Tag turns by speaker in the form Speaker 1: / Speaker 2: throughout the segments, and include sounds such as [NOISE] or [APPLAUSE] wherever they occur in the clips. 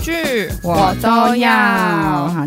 Speaker 1: 剧
Speaker 2: 好，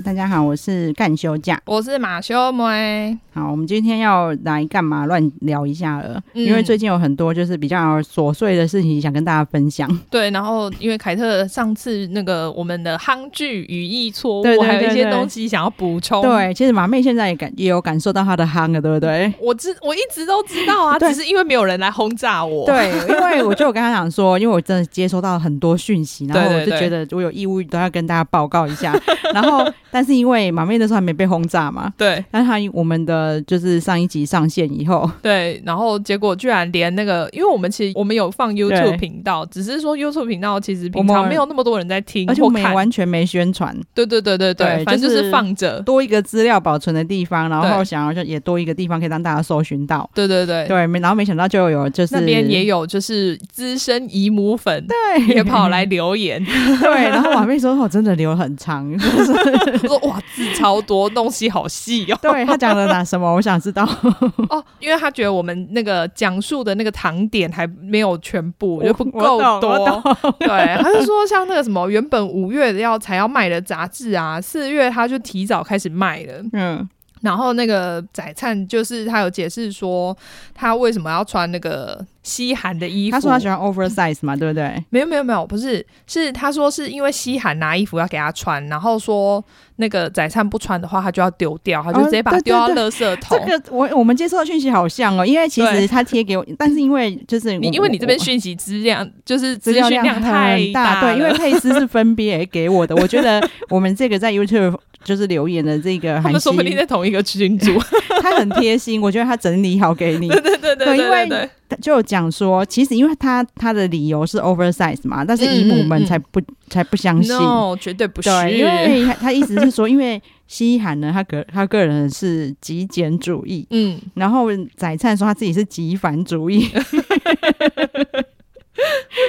Speaker 2: 大家好，我是干休假。
Speaker 1: 我是马修梅，
Speaker 2: 好，我们今天要来干嘛？乱聊一下了，
Speaker 1: 嗯
Speaker 2: 因为最近有很多就是比较琐碎的事情想跟大家分享。
Speaker 1: 对，然后因为凯特上次那个我们的夯剧语义错误，
Speaker 2: 对对
Speaker 1: 还有一
Speaker 2: 对
Speaker 1: 些
Speaker 2: 对
Speaker 1: 东西想要补充。，
Speaker 2: 对，其实马妹现在也感也有感受到她的夯了，对不对？
Speaker 1: 我知我一直都知道啊，
Speaker 2: 对
Speaker 1: 只是因为没有人来轰炸我。
Speaker 2: 对，因为我就有跟她讲说，因为我真的接收到很多讯息，然后
Speaker 1: 对
Speaker 2: 我
Speaker 1: 对
Speaker 2: 就
Speaker 1: 对
Speaker 2: 觉得我有义务都要跟大家报告一
Speaker 1: [LAUGHS]
Speaker 2: 下。然后，但是因为马妹那时候还没被轰炸嘛，
Speaker 1: 对
Speaker 2: 但是她我们的就是上一集上线以后，
Speaker 1: 对，然后结果居然连那个，因为我们其实我们有放 YouTube 频道，只是说 YouTube 频道其实平
Speaker 2: 我
Speaker 1: 常
Speaker 2: 们
Speaker 1: 没有那么多人在听
Speaker 2: 而且我
Speaker 1: 或
Speaker 2: 们也
Speaker 1: 看。
Speaker 2: 完全没宣传。
Speaker 1: 对对对对
Speaker 2: 对
Speaker 1: 反正
Speaker 2: 就是
Speaker 1: 就是放着。
Speaker 2: 多一个资料保存的地方，然后
Speaker 1: 对
Speaker 2: 想要就也多一个地方可以让大家搜寻到。
Speaker 1: 对对对，
Speaker 2: 对，没然后没想到就有就是
Speaker 1: 那边也有就是资深姨母粉 [LAUGHS]
Speaker 2: 对
Speaker 1: 也跑来留 [LAUGHS] 言，
Speaker 2: [LAUGHS] 对，然后马妹说我真的留很长， [LAUGHS] 就是。
Speaker 1: 他说哇字超多，东西好细哦
Speaker 2: 对他讲了哪什么，我想知道。
Speaker 1: [LAUGHS] 哦，因为他觉得我们那个讲述的那个糖点还没有全部， [LAUGHS] 我觉得不够
Speaker 2: 我懂 [LAUGHS] 我
Speaker 1: 多。 [LAUGHS] 对，他就说像那个什么，原本五月要才要卖的杂志啊，四月他就提早开始卖了。
Speaker 2: 嗯，
Speaker 1: 然后那个宰灿就是他有解释说，他为什么要穿那个西韩的衣服。
Speaker 2: 他说他喜欢 oversize 嘛，对不对？
Speaker 1: 没有没有没有，不是，是他说是因为西韩拿衣服要给他穿，然后说那个宰灿不穿的话，他就要丢掉，他就
Speaker 2: 哦
Speaker 1: 直接把
Speaker 2: 对
Speaker 1: 它
Speaker 2: 对
Speaker 1: 丢到
Speaker 2: 对
Speaker 1: 垃圾桶。
Speaker 2: 这个我我们接收到讯息好像哦，因为其实
Speaker 1: 对
Speaker 2: 他贴给我，但是因为就是
Speaker 1: 你
Speaker 2: 我
Speaker 1: 因为你这边
Speaker 2: 我
Speaker 1: 讯息质量就是
Speaker 2: 资
Speaker 1: 资
Speaker 2: 料
Speaker 1: 讯
Speaker 2: 量
Speaker 1: 太
Speaker 2: 很大，
Speaker 1: 了
Speaker 2: 对，因为佩斯是分别给我的，我觉得我们这个在 YouTube 就是留言的这个
Speaker 1: [LAUGHS] 他
Speaker 2: 韩
Speaker 1: 们说不定
Speaker 2: 熙
Speaker 1: 在同一个
Speaker 2: [LAUGHS]
Speaker 1: 群组。 [LAUGHS]
Speaker 2: 他很贴心，我觉得他整理好给你，
Speaker 1: 对对对对
Speaker 2: 对
Speaker 1: 对
Speaker 2: 因为
Speaker 1: 对对，
Speaker 2: 就有讲说，其实因为他他的理由是 oversize 嘛，但是姨母们才不、才不相信。
Speaker 1: 嗯 no 绝对不是，
Speaker 2: 对，因为他他意思是说，因为西韩呢，他个他个人是极简主义，
Speaker 1: 嗯，
Speaker 2: 然后宰灿说他自己是极繁主
Speaker 1: [LAUGHS]
Speaker 2: 义，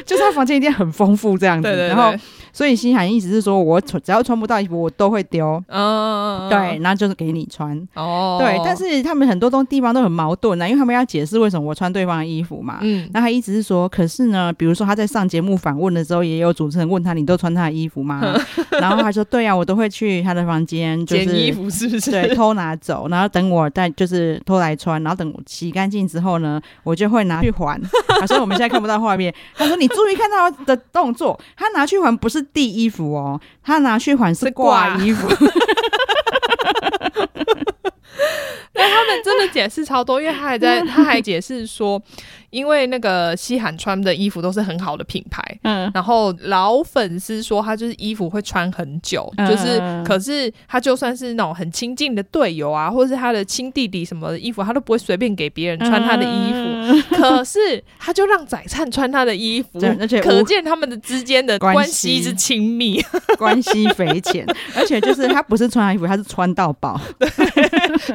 Speaker 2: 就是他房间一定很丰富这样子。
Speaker 1: 对对
Speaker 2: 然后
Speaker 1: 对，，
Speaker 2: 所以西韩意思是说我只要穿不到衣服，我都会丢。
Speaker 1: 嗯，
Speaker 2: 对，，然后就是给你穿。
Speaker 1: 哦，
Speaker 2: 对，但是他们很多东地方都很矛盾啊，因为他们要解释为什么我穿对方的衣服嘛。
Speaker 1: 嗯，
Speaker 2: 那他一直是说，可是呢，比如说他在上节目访问的时候，也有主持人问他：“你都穿他的衣服吗？”
Speaker 1: [LAUGHS]
Speaker 2: 然后他说：“对啊呀、我都会去他的房间，就
Speaker 1: 捡
Speaker 2: 是
Speaker 1: 衣服是不
Speaker 2: 对
Speaker 1: 是？
Speaker 2: 偷拿走，然后等我再就是偷来穿，然后等我洗干净之后呢，我就会拿去还。
Speaker 1: [LAUGHS]
Speaker 2: 他说我们现在看不到画面，他说你注意看到他的动作，他拿去还不是递衣服哦，他拿去还是
Speaker 1: 是挂
Speaker 2: 挂衣服。
Speaker 1: 他们真的解释超多，因为他还在，他还解释说，因为那个西韩穿的衣服都是很好的品牌，
Speaker 2: 嗯，
Speaker 1: 然后老粉丝说他就是衣服会穿很久，
Speaker 2: 嗯
Speaker 1: 就是可是他就算是那种很亲近的队友啊，或者是他的亲弟弟什么的衣服，他都不会随便给别人穿他的衣服。
Speaker 2: 服，
Speaker 1: 可是他就让宰灿穿他的衣
Speaker 2: [LAUGHS]
Speaker 1: 服
Speaker 2: 对，而且
Speaker 1: 可
Speaker 2: 无
Speaker 1: 见他们的之间的
Speaker 2: 关
Speaker 1: 关
Speaker 2: 系
Speaker 1: 系之亲密。 [LAUGHS]
Speaker 2: 关系匪浅，而且就是他不是穿他衣服，他是穿到
Speaker 1: [LAUGHS]
Speaker 2: 饱。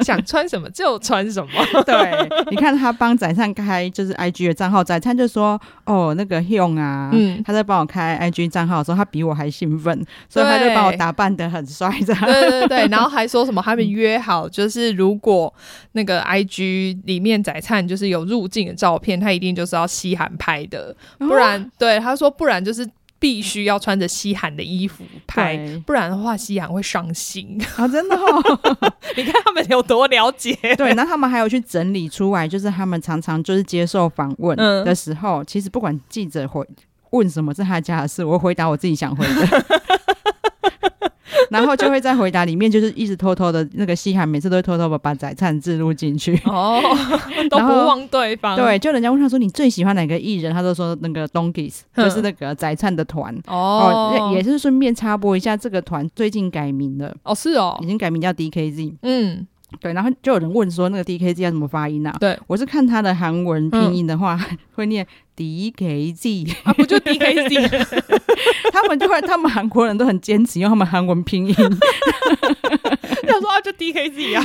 Speaker 1: 想穿什么就穿什么。
Speaker 2: 对，你看他帮宰灿开就是 IG 的账号，宰灿就说：“哦，那个 Hyun 啊，
Speaker 1: 嗯
Speaker 2: 他在帮我开 IG 账号的时候，他比我还兴奋，所以他就
Speaker 1: 对
Speaker 2: 把我打扮的很帅，这样。
Speaker 1: [LAUGHS] 对对对，然后还说什么他们约好， [LAUGHS] 就是如果那个 I G 里面宰灿就是有入境的照片，他一定就是要西韩拍的，不然、对他说不然就是必须要穿着西韩的衣服拍。
Speaker 2: 对
Speaker 1: 不然的话，西韩会伤心。 [LAUGHS]
Speaker 2: 啊，真的哦，
Speaker 1: 你看他们有多了解，
Speaker 2: [LAUGHS] 对。那他们还有去整理出来，就是他们常常就是接受访问
Speaker 1: 嗯
Speaker 2: 的时候，其实不管记者回问什么是他家的事，我回答我自己想回的。 [LAUGHS] 然后就会在回答里面，就是一直偷偷的那个西韩，每次都会偷偷的把宰灿置入进去。
Speaker 1: 哦， [LAUGHS] 都
Speaker 2: 然
Speaker 1: 不
Speaker 2: 后
Speaker 1: 忘对方。
Speaker 2: 对，，就人家问他说你最喜欢哪个艺人，他都说那个 Donkeys，
Speaker 1: 嗯
Speaker 2: 就是那个宅灿的团。
Speaker 1: 哦
Speaker 2: 哦，，也也是顺便插播一下，这个团最近改名了，
Speaker 1: 哦是哦
Speaker 2: 已，经改名叫 DKZ。
Speaker 1: 嗯，
Speaker 2: 对，然后就有人问说那个 DKZ 要怎么发音啊？
Speaker 1: 对，嗯
Speaker 2: 我是看他的韩文拼音的话，会念 DKZ，
Speaker 1: [LAUGHS] 啊不就 D K C，
Speaker 2: [LAUGHS] 他们就会，他们韩国人都很坚持用他们韩文拼音
Speaker 1: [LAUGHS] 他说啊就 D K C 啊，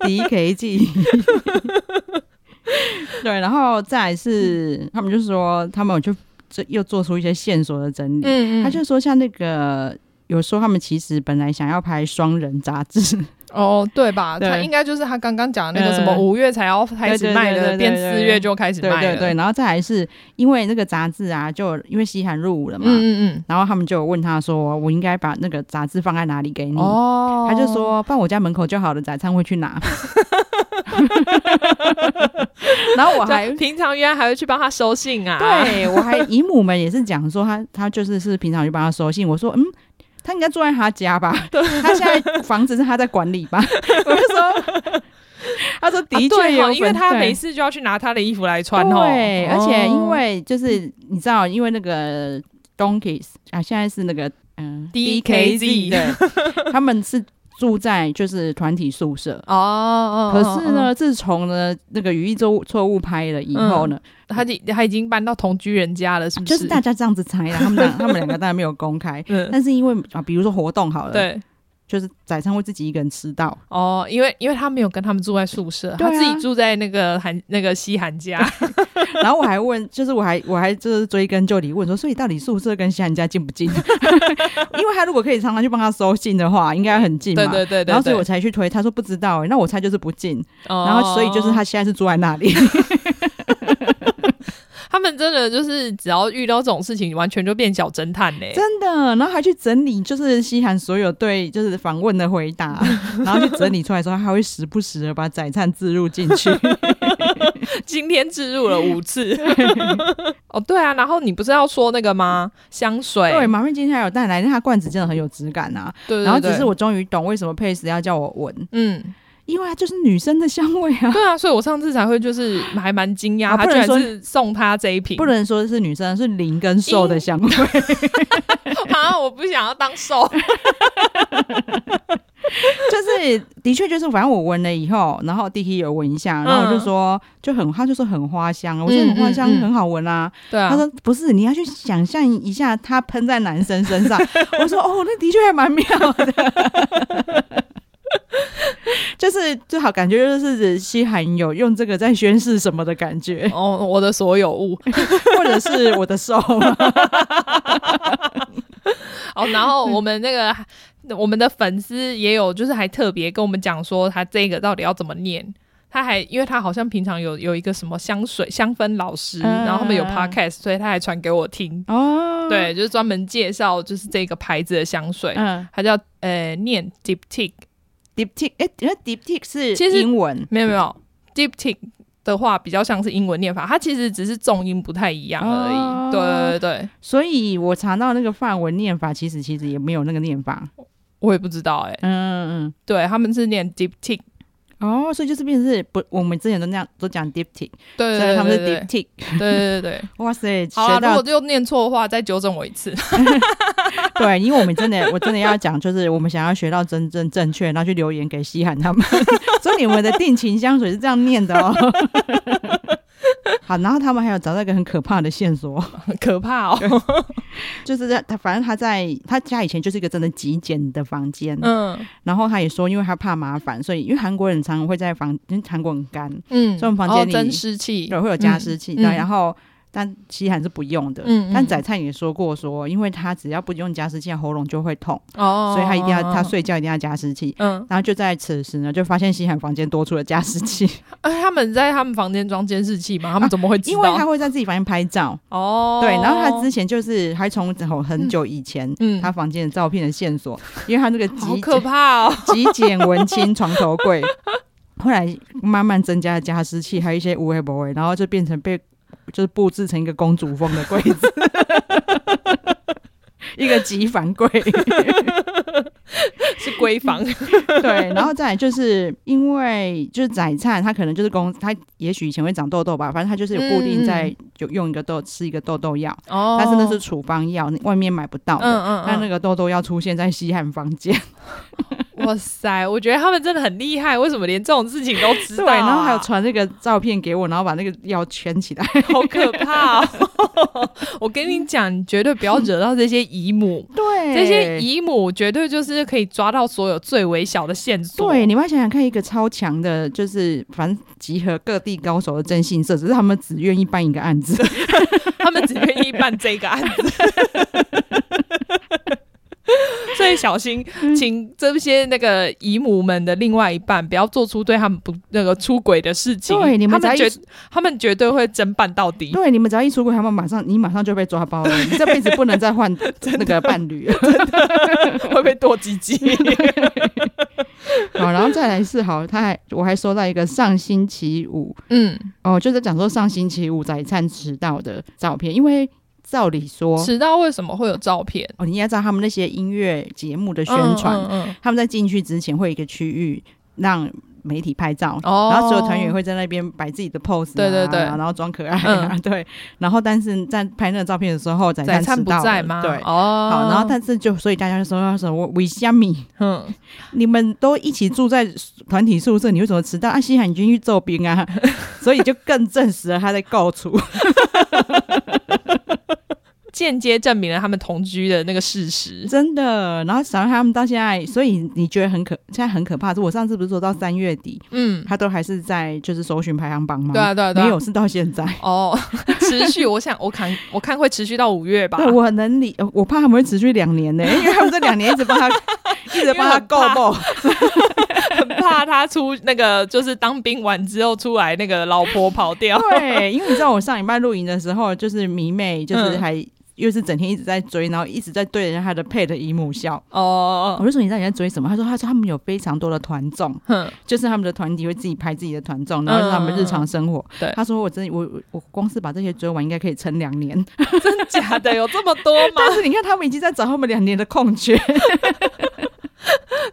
Speaker 2: DKZ。对，然后再来
Speaker 1: 嗯
Speaker 2: 是他们就说他们有就这又做出一些线索的整理，
Speaker 1: [LAUGHS] 嗯
Speaker 2: 他就说像那个有说他们其实本来想要拍双人杂志， [LAUGHS]
Speaker 1: 哦，对吧？
Speaker 2: 对
Speaker 1: 他应该就是他刚刚讲的那个什么
Speaker 2: 嗯
Speaker 1: 五月才要开始卖
Speaker 2: 对对
Speaker 1: 的，
Speaker 2: 对对对
Speaker 1: 变四月就开始
Speaker 2: 对
Speaker 1: 卖
Speaker 2: 对
Speaker 1: 了。
Speaker 2: 对，然后再来是因为那个杂志啊，就因为西韩入伍了嘛，
Speaker 1: 嗯嗯
Speaker 2: 然后他们就有问他说，我应该把那个杂志放在哪里给
Speaker 1: 嗯，
Speaker 2: 你？
Speaker 1: 哦，
Speaker 2: 他就说放我家门口就好了，早餐会去拿。 [LAUGHS] 然后我
Speaker 1: 就
Speaker 2: 还
Speaker 1: 平常原来还会去帮他收信啊，，
Speaker 2: 对我还姨母们也是讲说他他就是是平常就帮他收信，我说嗯。他应该住在他家
Speaker 1: [LAUGHS]
Speaker 2: 吧？他现在房子是他在管理吧？我就说， [LAUGHS] 他说的
Speaker 1: 啊对
Speaker 2: 确有、
Speaker 1: 哦因为他
Speaker 2: 没。
Speaker 1: 没事就要去拿他的衣服来穿哦，
Speaker 2: 对，而且因
Speaker 1: 哦
Speaker 2: 为就是你知道，因为那个 Donkeys 啊，现在是那个嗯
Speaker 1: DKZ
Speaker 2: 对，他们是住在就是团体宿舍。
Speaker 1: 哦哦，
Speaker 2: 可是
Speaker 1: 哦，
Speaker 2: 呢，自从呢那个语义错错误拍了以后呢，
Speaker 1: 哦他已他已经搬到同居人家了，是不
Speaker 2: 就是大家这样子猜啦，他们俩他们两个当然没有公
Speaker 1: [LAUGHS]
Speaker 2: 开，
Speaker 1: 嗯，
Speaker 2: 但是因为啊，比如说活动好了，，
Speaker 1: 对。
Speaker 2: 就是宰相会自己一个人吃到，
Speaker 1: 哦，因为因为他没有跟他们住在宿舍，
Speaker 2: 对
Speaker 1: 他
Speaker 2: 啊
Speaker 1: 自己住在那个韩那个西韩家，
Speaker 2: [LAUGHS] 然后我还问，就是我还我还就是追根究底问说，所以到底宿舍跟西人家近不近？ [LAUGHS] 因为他如果可以常常去帮他收信的话，应该很近嘛。
Speaker 1: [LAUGHS] 对对对对对，
Speaker 2: 然后所以我才去推，他说不知道、欸，那我猜就是不近，
Speaker 1: 哦
Speaker 2: 然后所以就是他现在是住在那里，
Speaker 1: 他们真的就是只要遇到这种事情，完全就变小侦探嘞、
Speaker 2: 真的。然后还去整理，就是西韩所有对就是访问的回
Speaker 1: [LAUGHS]
Speaker 2: 答，然后去整理出来之后，他还会时不时的把载灿置入进
Speaker 1: [LAUGHS]
Speaker 2: 去。
Speaker 1: [LAUGHS] 今天置入了五次。 [LAUGHS] 哦，对啊，然后你不是要说那个吗？香水，
Speaker 2: 对，马妹今天还有带来，那它罐子真的很有质感啊。
Speaker 1: 对对
Speaker 2: 然后
Speaker 1: 对
Speaker 2: 只是我终于懂为什么佩斯要叫我闻，
Speaker 1: 嗯，
Speaker 2: 因为它就是女生的香味啊。
Speaker 1: 对啊，所以我上次才会就是还蛮惊讶，
Speaker 2: 啊
Speaker 1: 他
Speaker 2: 不能
Speaker 1: 居然
Speaker 2: 说
Speaker 1: 是送他这一瓶，
Speaker 2: 不能说是女生，是灵跟瘦的香味。
Speaker 1: [LAUGHS] 啊，我不想要当
Speaker 2: [LAUGHS]
Speaker 1: 受，
Speaker 2: 就是的确就是，反正我闻了以后，然后 D K 有闻一下，然后我就说就很，他就说很花香，我觉得很花香，
Speaker 1: 嗯嗯嗯
Speaker 2: 很好闻啊。
Speaker 1: 对啊，
Speaker 2: 他说不是，你要去想象一下，它喷在男生身
Speaker 1: [LAUGHS]
Speaker 2: 上。我说哦，那的确还蛮妙的。 [LAUGHS] 就是最好感觉就是西韩有用这个在宣誓什么的感觉，
Speaker 1: 哦，我的所有物，
Speaker 2: 或者是我的
Speaker 1: [LAUGHS]
Speaker 2: 手，
Speaker 1: 哦，然后
Speaker 2: [LAUGHS]
Speaker 1: 我们那个我们的粉丝也有，就是还特别跟我们讲说他这个到底要怎么念。他还，因为他好像平常有有一个什么香水香氛老师，
Speaker 2: 嗯
Speaker 1: 然后他们有
Speaker 2: 嗯嗯
Speaker 1: podcast，所以他还传给我听。
Speaker 2: 哦，
Speaker 1: 对，就是专门介绍就是这个牌子的香水，
Speaker 2: 嗯
Speaker 1: 它叫呃念 Diptic，
Speaker 2: ，diptic，哎，因为 diptic 是
Speaker 1: 其实
Speaker 2: 英文，
Speaker 1: 没有没有 Diptic 的话比较像是英文念法，它其实只是重音不太一样而已。
Speaker 2: 哦
Speaker 1: 对对对，
Speaker 2: 所以我查到那个范文念法，其实其实也没有那个念法。
Speaker 1: 我也不知道哎、
Speaker 2: 嗯嗯
Speaker 1: 对他们是念 Diptic，
Speaker 2: 嗯。哦，所以就是变成是不，我们之前都那样都讲 diptic，
Speaker 1: 对
Speaker 2: 所以
Speaker 1: 对
Speaker 2: 他们
Speaker 1: 对对
Speaker 2: 是
Speaker 1: 对
Speaker 2: diptic。
Speaker 1: 对对对。
Speaker 2: 哇塞，
Speaker 1: 好啊，
Speaker 2: 学
Speaker 1: 如
Speaker 2: 到
Speaker 1: 果又念错的话，再纠正我一次。
Speaker 2: 对，因为我们真的，我 [LAUGHS] 真的要讲，就是我们想要学到真正正确，然后去留言给西涵他们， [LAUGHS] 所以你们的定情香水是这样念的哦。 [LAUGHS] 好，然后他们还有找到一个很可怕的线索，
Speaker 1: 很可怕
Speaker 2: [LAUGHS]
Speaker 1: 哦。
Speaker 2: 就是在他反正他在他家以前就是一个真的极简的房间，
Speaker 1: 嗯
Speaker 2: 然后他也说，因为他怕麻烦，所以因为韩国人常常会在房，因为韩国很干，
Speaker 1: 嗯
Speaker 2: 所以我们房间里
Speaker 1: 哦真湿气，
Speaker 2: 对，会有加湿器，
Speaker 1: 嗯
Speaker 2: 对，
Speaker 1: 嗯
Speaker 2: 然后但吸汗是不用的。
Speaker 1: 嗯嗯
Speaker 2: 但宰灿也说过说，因为他只要不用加湿器，喉咙就会痛，
Speaker 1: 哦，
Speaker 2: 所以他一定要他
Speaker 1: 哦。
Speaker 2: 睡觉一定要加湿器。
Speaker 1: 嗯，
Speaker 2: 然后就在此时呢，就发现西涵房间多出了加湿
Speaker 1: [LAUGHS]
Speaker 2: 器，
Speaker 1: 哎，他们在他们房间装监视器吗？他们怎么会
Speaker 2: 啊
Speaker 1: 知
Speaker 2: 因为他
Speaker 1: 道？
Speaker 2: 会在自己房间拍照。
Speaker 1: 哦，
Speaker 2: 对，然后他之前就是还从很很久以前、
Speaker 1: 嗯，
Speaker 2: 他房间的照片的线索，因为他那个
Speaker 1: 好
Speaker 2: 极
Speaker 1: 可
Speaker 2: 简
Speaker 1: 怕哦。
Speaker 2: 极简文青床头柜， [LAUGHS] 后来慢慢增加了加湿器，还有一些无为不为，然后就变成被就是布置成一个公主风的柜子， [LAUGHS] 一个极繁柜。
Speaker 1: 是闺房，
Speaker 2: [LAUGHS] 对，然后再来就是因为就是宰灿，他可能就是公，他也许以前会长痘痘吧，反正他就是有固定在就用一个痘吃一个痘痘药，
Speaker 1: [LAUGHS] 嗯哦
Speaker 2: 但是那是处方药，外面买不到
Speaker 1: 嗯
Speaker 2: 的。
Speaker 1: 嗯
Speaker 2: 但那
Speaker 1: 嗯，
Speaker 2: 个痘痘药出现在西汉房间，
Speaker 1: 哇塞，我觉得他们真的很厉害，为什么连这种事情都知道
Speaker 2: 对，
Speaker 1: 啊？
Speaker 2: 然后还有传那个照片给我，然后把那个药圈起来，
Speaker 1: 好可怕哦！ [LAUGHS] 我跟你讲，你绝对不要惹到这些姨母，
Speaker 2: 对，
Speaker 1: 这些姨母绝对就是可以抓到所有最微小的线索。
Speaker 2: 对，你们要想想看，一个超强的，就是反正集合各地高手的征信社，只是他们只愿意办一个案子， [LAUGHS]
Speaker 1: 他们只愿意办这个案子。所以小心，
Speaker 2: 嗯
Speaker 1: 请这些那个姨母们的另外一半不要做出对他们不那个出轨的事情。
Speaker 2: 对你们
Speaker 1: 他
Speaker 2: 只要
Speaker 1: 们
Speaker 2: 一
Speaker 1: 绝他们绝对会侦办到底。
Speaker 2: [LAUGHS] 对，你们只要一出轨，他们马上你马上就被抓包了，你这辈子不能再 [LAUGHS] 换那个伴侣了。
Speaker 1: 会被剁
Speaker 2: [LAUGHS]
Speaker 1: 鸡鸡。
Speaker 2: 好，然后再来是好，他还我还收到一个上星期五
Speaker 1: 嗯，
Speaker 2: 哦，就是讲说上星期五早餐迟到的照片，因为照理说
Speaker 1: 迟到为什么会有照片？
Speaker 2: 哦，你应该知道他们那些音乐节目的宣传，
Speaker 1: 嗯嗯嗯
Speaker 2: 他们在进去之前会有一个区域让。媒体拍照，
Speaker 1: 哦
Speaker 2: 然后所有团员会在那边摆自己的 pose，、啊、
Speaker 1: 对对对
Speaker 2: 然后装可爱啊， [LAUGHS] 对，然后但是在拍那个照片的时候，哦仔
Speaker 1: 宰
Speaker 2: 餐
Speaker 1: 灿
Speaker 2: 迟
Speaker 1: 不
Speaker 2: 到了
Speaker 1: 在吗？
Speaker 2: 对，
Speaker 1: 哦，
Speaker 2: 好，然后但是就所以大家就说哦说我为虾米，
Speaker 1: 嗯，
Speaker 2: 你们都一起住在团体宿舍，你为什么迟到？啊，西海君去揍兵
Speaker 1: [LAUGHS]
Speaker 2: 啊，所以就更证实了他在告处。
Speaker 1: 间接证明了他们同居的那个事实。
Speaker 2: 真的。然后想让他们到现在，所以你觉得很可，现在很可怕。是我上次不是说到三月底，
Speaker 1: 嗯，
Speaker 2: 他都还是在就是搜寻排行榜吗？
Speaker 1: 对啊，对啊，对啊
Speaker 2: 没有，是到现在。
Speaker 1: 哦， [LAUGHS] 持续，我想我看我看会持续到五月吧。
Speaker 2: 对，我很能理，呃我怕他们会持续两年呢、因为他们这两年一直
Speaker 1: [LAUGHS]
Speaker 2: 帮他，一直帮他够够。
Speaker 1: 很 [LAUGHS] 怕他出那个，就是当兵完之后出来那个老婆跑掉。
Speaker 2: 对，啊因为你知道我上礼拜露营的时候，就是迷妹，就是
Speaker 1: 嗯
Speaker 2: 还。又是整天一直在追，然后一直在对着他的配的姨母笑。
Speaker 1: 哦， [LAUGHS]
Speaker 2: 我就说你到底在追什么？他说他说他们有非常多的团综，
Speaker 1: 哼，
Speaker 2: 就是他们的团体会自己拍自己的团综，然后是他们日常生活。
Speaker 1: 嗯对
Speaker 2: 他说我真的我我我光是把这些追完，应该可以撑两年。
Speaker 1: 假的有这么多
Speaker 2: [LAUGHS]
Speaker 1: 吗？
Speaker 2: 但是你看，他们已经在找他们两年的空缺，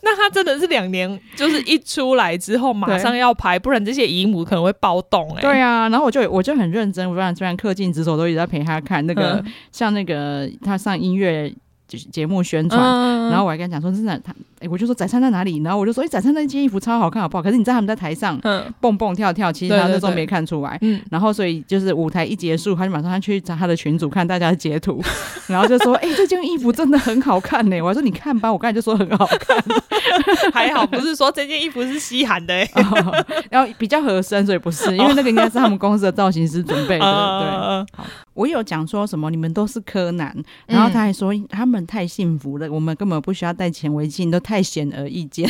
Speaker 1: 那他真的是两年，就是一出来之后马上要拍，不然这些姨母可能会暴动哎、
Speaker 2: 对啊。然后我就我就很认真，虽然虽然恪尽职守，都一直在陪他看那个，
Speaker 1: 嗯
Speaker 2: 像那个他上音乐节节目宣传。
Speaker 1: 嗯
Speaker 2: 然后我还跟他讲说，真的，他，哎，我就说宰灿在哪里？然后我就说，哎，宰灿那件衣服超好看，好不好？可是你知道他们在台上
Speaker 1: 嗯
Speaker 2: 蹦蹦跳跳，其实
Speaker 1: 对
Speaker 2: 他那
Speaker 1: 对
Speaker 2: 时候
Speaker 1: 对
Speaker 2: 没看出来。
Speaker 1: 嗯，
Speaker 2: 然后所以就是舞台一结束，他就马上去找他的群主看大家的截
Speaker 1: [LAUGHS]
Speaker 2: 图，然后就说：“哎、这件衣服真的很好看呢、我还说：“你看吧，我刚才就说很好
Speaker 1: [LAUGHS]
Speaker 2: 看。
Speaker 1: 还好不是说这件衣服是稀罕的、欸，
Speaker 2: 哦然后比较合身，所以不是，因为那个应该是他们公司的造型师准
Speaker 1: [LAUGHS]
Speaker 2: 备的。对，
Speaker 1: 呃
Speaker 2: 我有讲说什么你们都是柯南，
Speaker 1: 嗯
Speaker 2: 然后他还说、他们太幸福了，我们根本不需要戴显微镜，都太显而易
Speaker 1: [LAUGHS]
Speaker 2: 见。 [LAUGHS]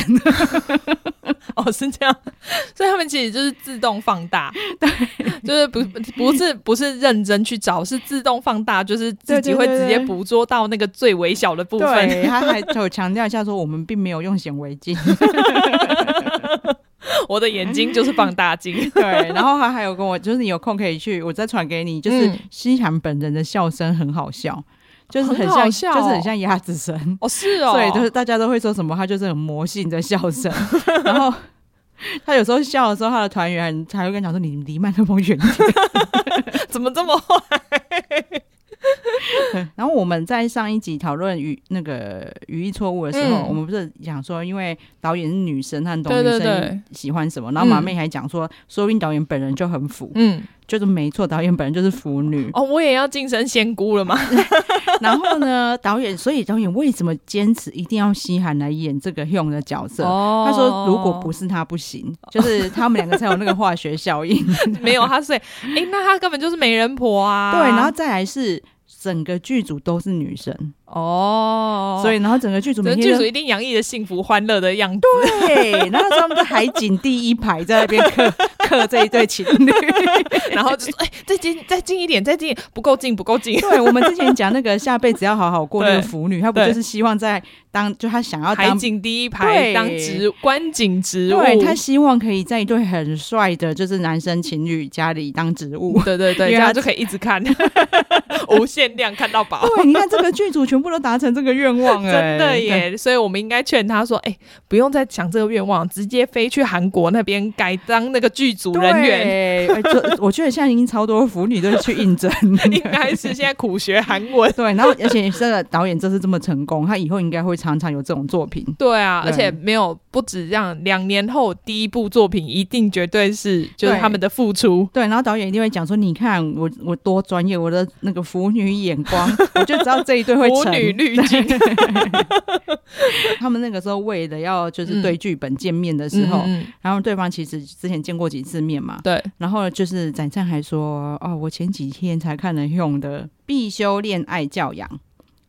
Speaker 1: 哦是这样， [LAUGHS] 所以他们其实就是自动放大，对， [LAUGHS] 就是不不是不是认真去找，是自动放大，就是自己
Speaker 2: 对对
Speaker 1: 会
Speaker 2: 对
Speaker 1: 直接
Speaker 2: 对
Speaker 1: 捕捉到那个最微小的部分。
Speaker 2: 对，他还有强调一下说我们并没有用显微镜。。
Speaker 1: [LAUGHS] 我的眼睛就是放大镜
Speaker 2: [LAUGHS] 对，然后他还有跟我，就是你有空可以去，我再传给你。就是
Speaker 1: 嗯
Speaker 2: 西涵本人的笑声很好笑，就是
Speaker 1: 很
Speaker 2: 很
Speaker 1: 好
Speaker 2: 像，
Speaker 1: 笑
Speaker 2: 就是
Speaker 1: 哦
Speaker 2: 很像鸭子声。
Speaker 1: 哦，是哦，
Speaker 2: 对，就是大家都会说什么，他就是很魔性的笑
Speaker 1: [LAUGHS]
Speaker 2: 声。然后他有时候笑的时候，他的团员还会跟他讲说：“你离麦克风远一点。
Speaker 1: 怎么这
Speaker 2: [LAUGHS]
Speaker 1: 么坏？”
Speaker 2: 然后我们在上一集讨论语那个语义错误的时候，
Speaker 1: 嗯
Speaker 2: 我们不是讲说，因为导演是女生和懂
Speaker 1: 对
Speaker 2: 女
Speaker 1: 对对
Speaker 2: 生喜欢什么，然后马妹还讲说，说不定导演本人就很腐，
Speaker 1: 嗯，
Speaker 2: 就是没错，导演本人就是腐女。
Speaker 1: 哦，我也要晋升仙姑了吗？
Speaker 2: 然后呢，导演，所以导演为什么坚持一定要西韩来演这个 Hyun 的角色？
Speaker 1: 哦
Speaker 2: 他说：“如果不是他不行，就是他们两个才有那个化学效
Speaker 1: [LAUGHS]
Speaker 2: 应。
Speaker 1: 没有他，所以哎、诶那他根本就是媒人婆
Speaker 2: [LAUGHS]
Speaker 1: 啊。
Speaker 2: 对，然后再来是整个剧组都是女生，
Speaker 1: 哦，
Speaker 2: 所以然后整个剧组每
Speaker 1: 整个
Speaker 2: 天
Speaker 1: 剧
Speaker 2: 都
Speaker 1: 组一定洋溢着幸福欢乐的样子。
Speaker 2: 对，然后他们在海景第一排在那边刻刻这一对情侣。
Speaker 1: 然后就说：“哎、再近，再近一点，再近一点，不够近，不够
Speaker 2: [LAUGHS]
Speaker 1: 近。
Speaker 2: 对，我们之前讲那个下辈子要好好过那个
Speaker 1: 对
Speaker 2: 腐女，她不就是希望在当就她想要
Speaker 1: 海
Speaker 2: 啊当
Speaker 1: 景第一排
Speaker 2: 对
Speaker 1: 当植观景植物，。
Speaker 2: 对他希望可以在一对很帅的，就是男生情侣家里当植物 [LAUGHS]
Speaker 1: 对对对，
Speaker 2: 因为
Speaker 1: 这
Speaker 2: 他
Speaker 1: 样就可以一直看， [LAUGHS] 无限量看
Speaker 2: [LAUGHS]
Speaker 1: 到饱。
Speaker 2: 对，你看这个剧组全部都达成这个愿望、哎，
Speaker 1: 真的耶！所以我们应该劝他说：“哎、不用再想这个愿望，直接飞去韩国那边改当那个剧组
Speaker 2: 对。
Speaker 1: 人员。
Speaker 2: 员，哎这我觉得现在已经超多腐女都去 [LAUGHS] 应征。。
Speaker 1: [LAUGHS] 应该是现在苦学韩文 [LAUGHS]
Speaker 2: 对，然后而且这个导演这次这么成功，他以后应该会常常有这种作品。
Speaker 1: 对啊，
Speaker 2: 对
Speaker 1: 而且没有不止这样，两年后第一部作品一定绝对是就是
Speaker 2: 对
Speaker 1: 他们的付出。
Speaker 2: 对，然后导演一定会讲说：“你看我我多专业，我的那个腐女眼光，我就知道这一对会
Speaker 1: 腐
Speaker 2: 成。
Speaker 1: 女滤镜，
Speaker 2: 他们那个时候为了要就是
Speaker 1: 嗯
Speaker 2: 对剧本见面的时
Speaker 1: 嗯
Speaker 2: [LAUGHS] 候，
Speaker 1: 嗯嗯
Speaker 2: 然后对方其实之前见过几次面嘛，
Speaker 1: 对，
Speaker 2: 然后就是展灿还说：“哦，我前几天才看了用的《必修恋爱教养》。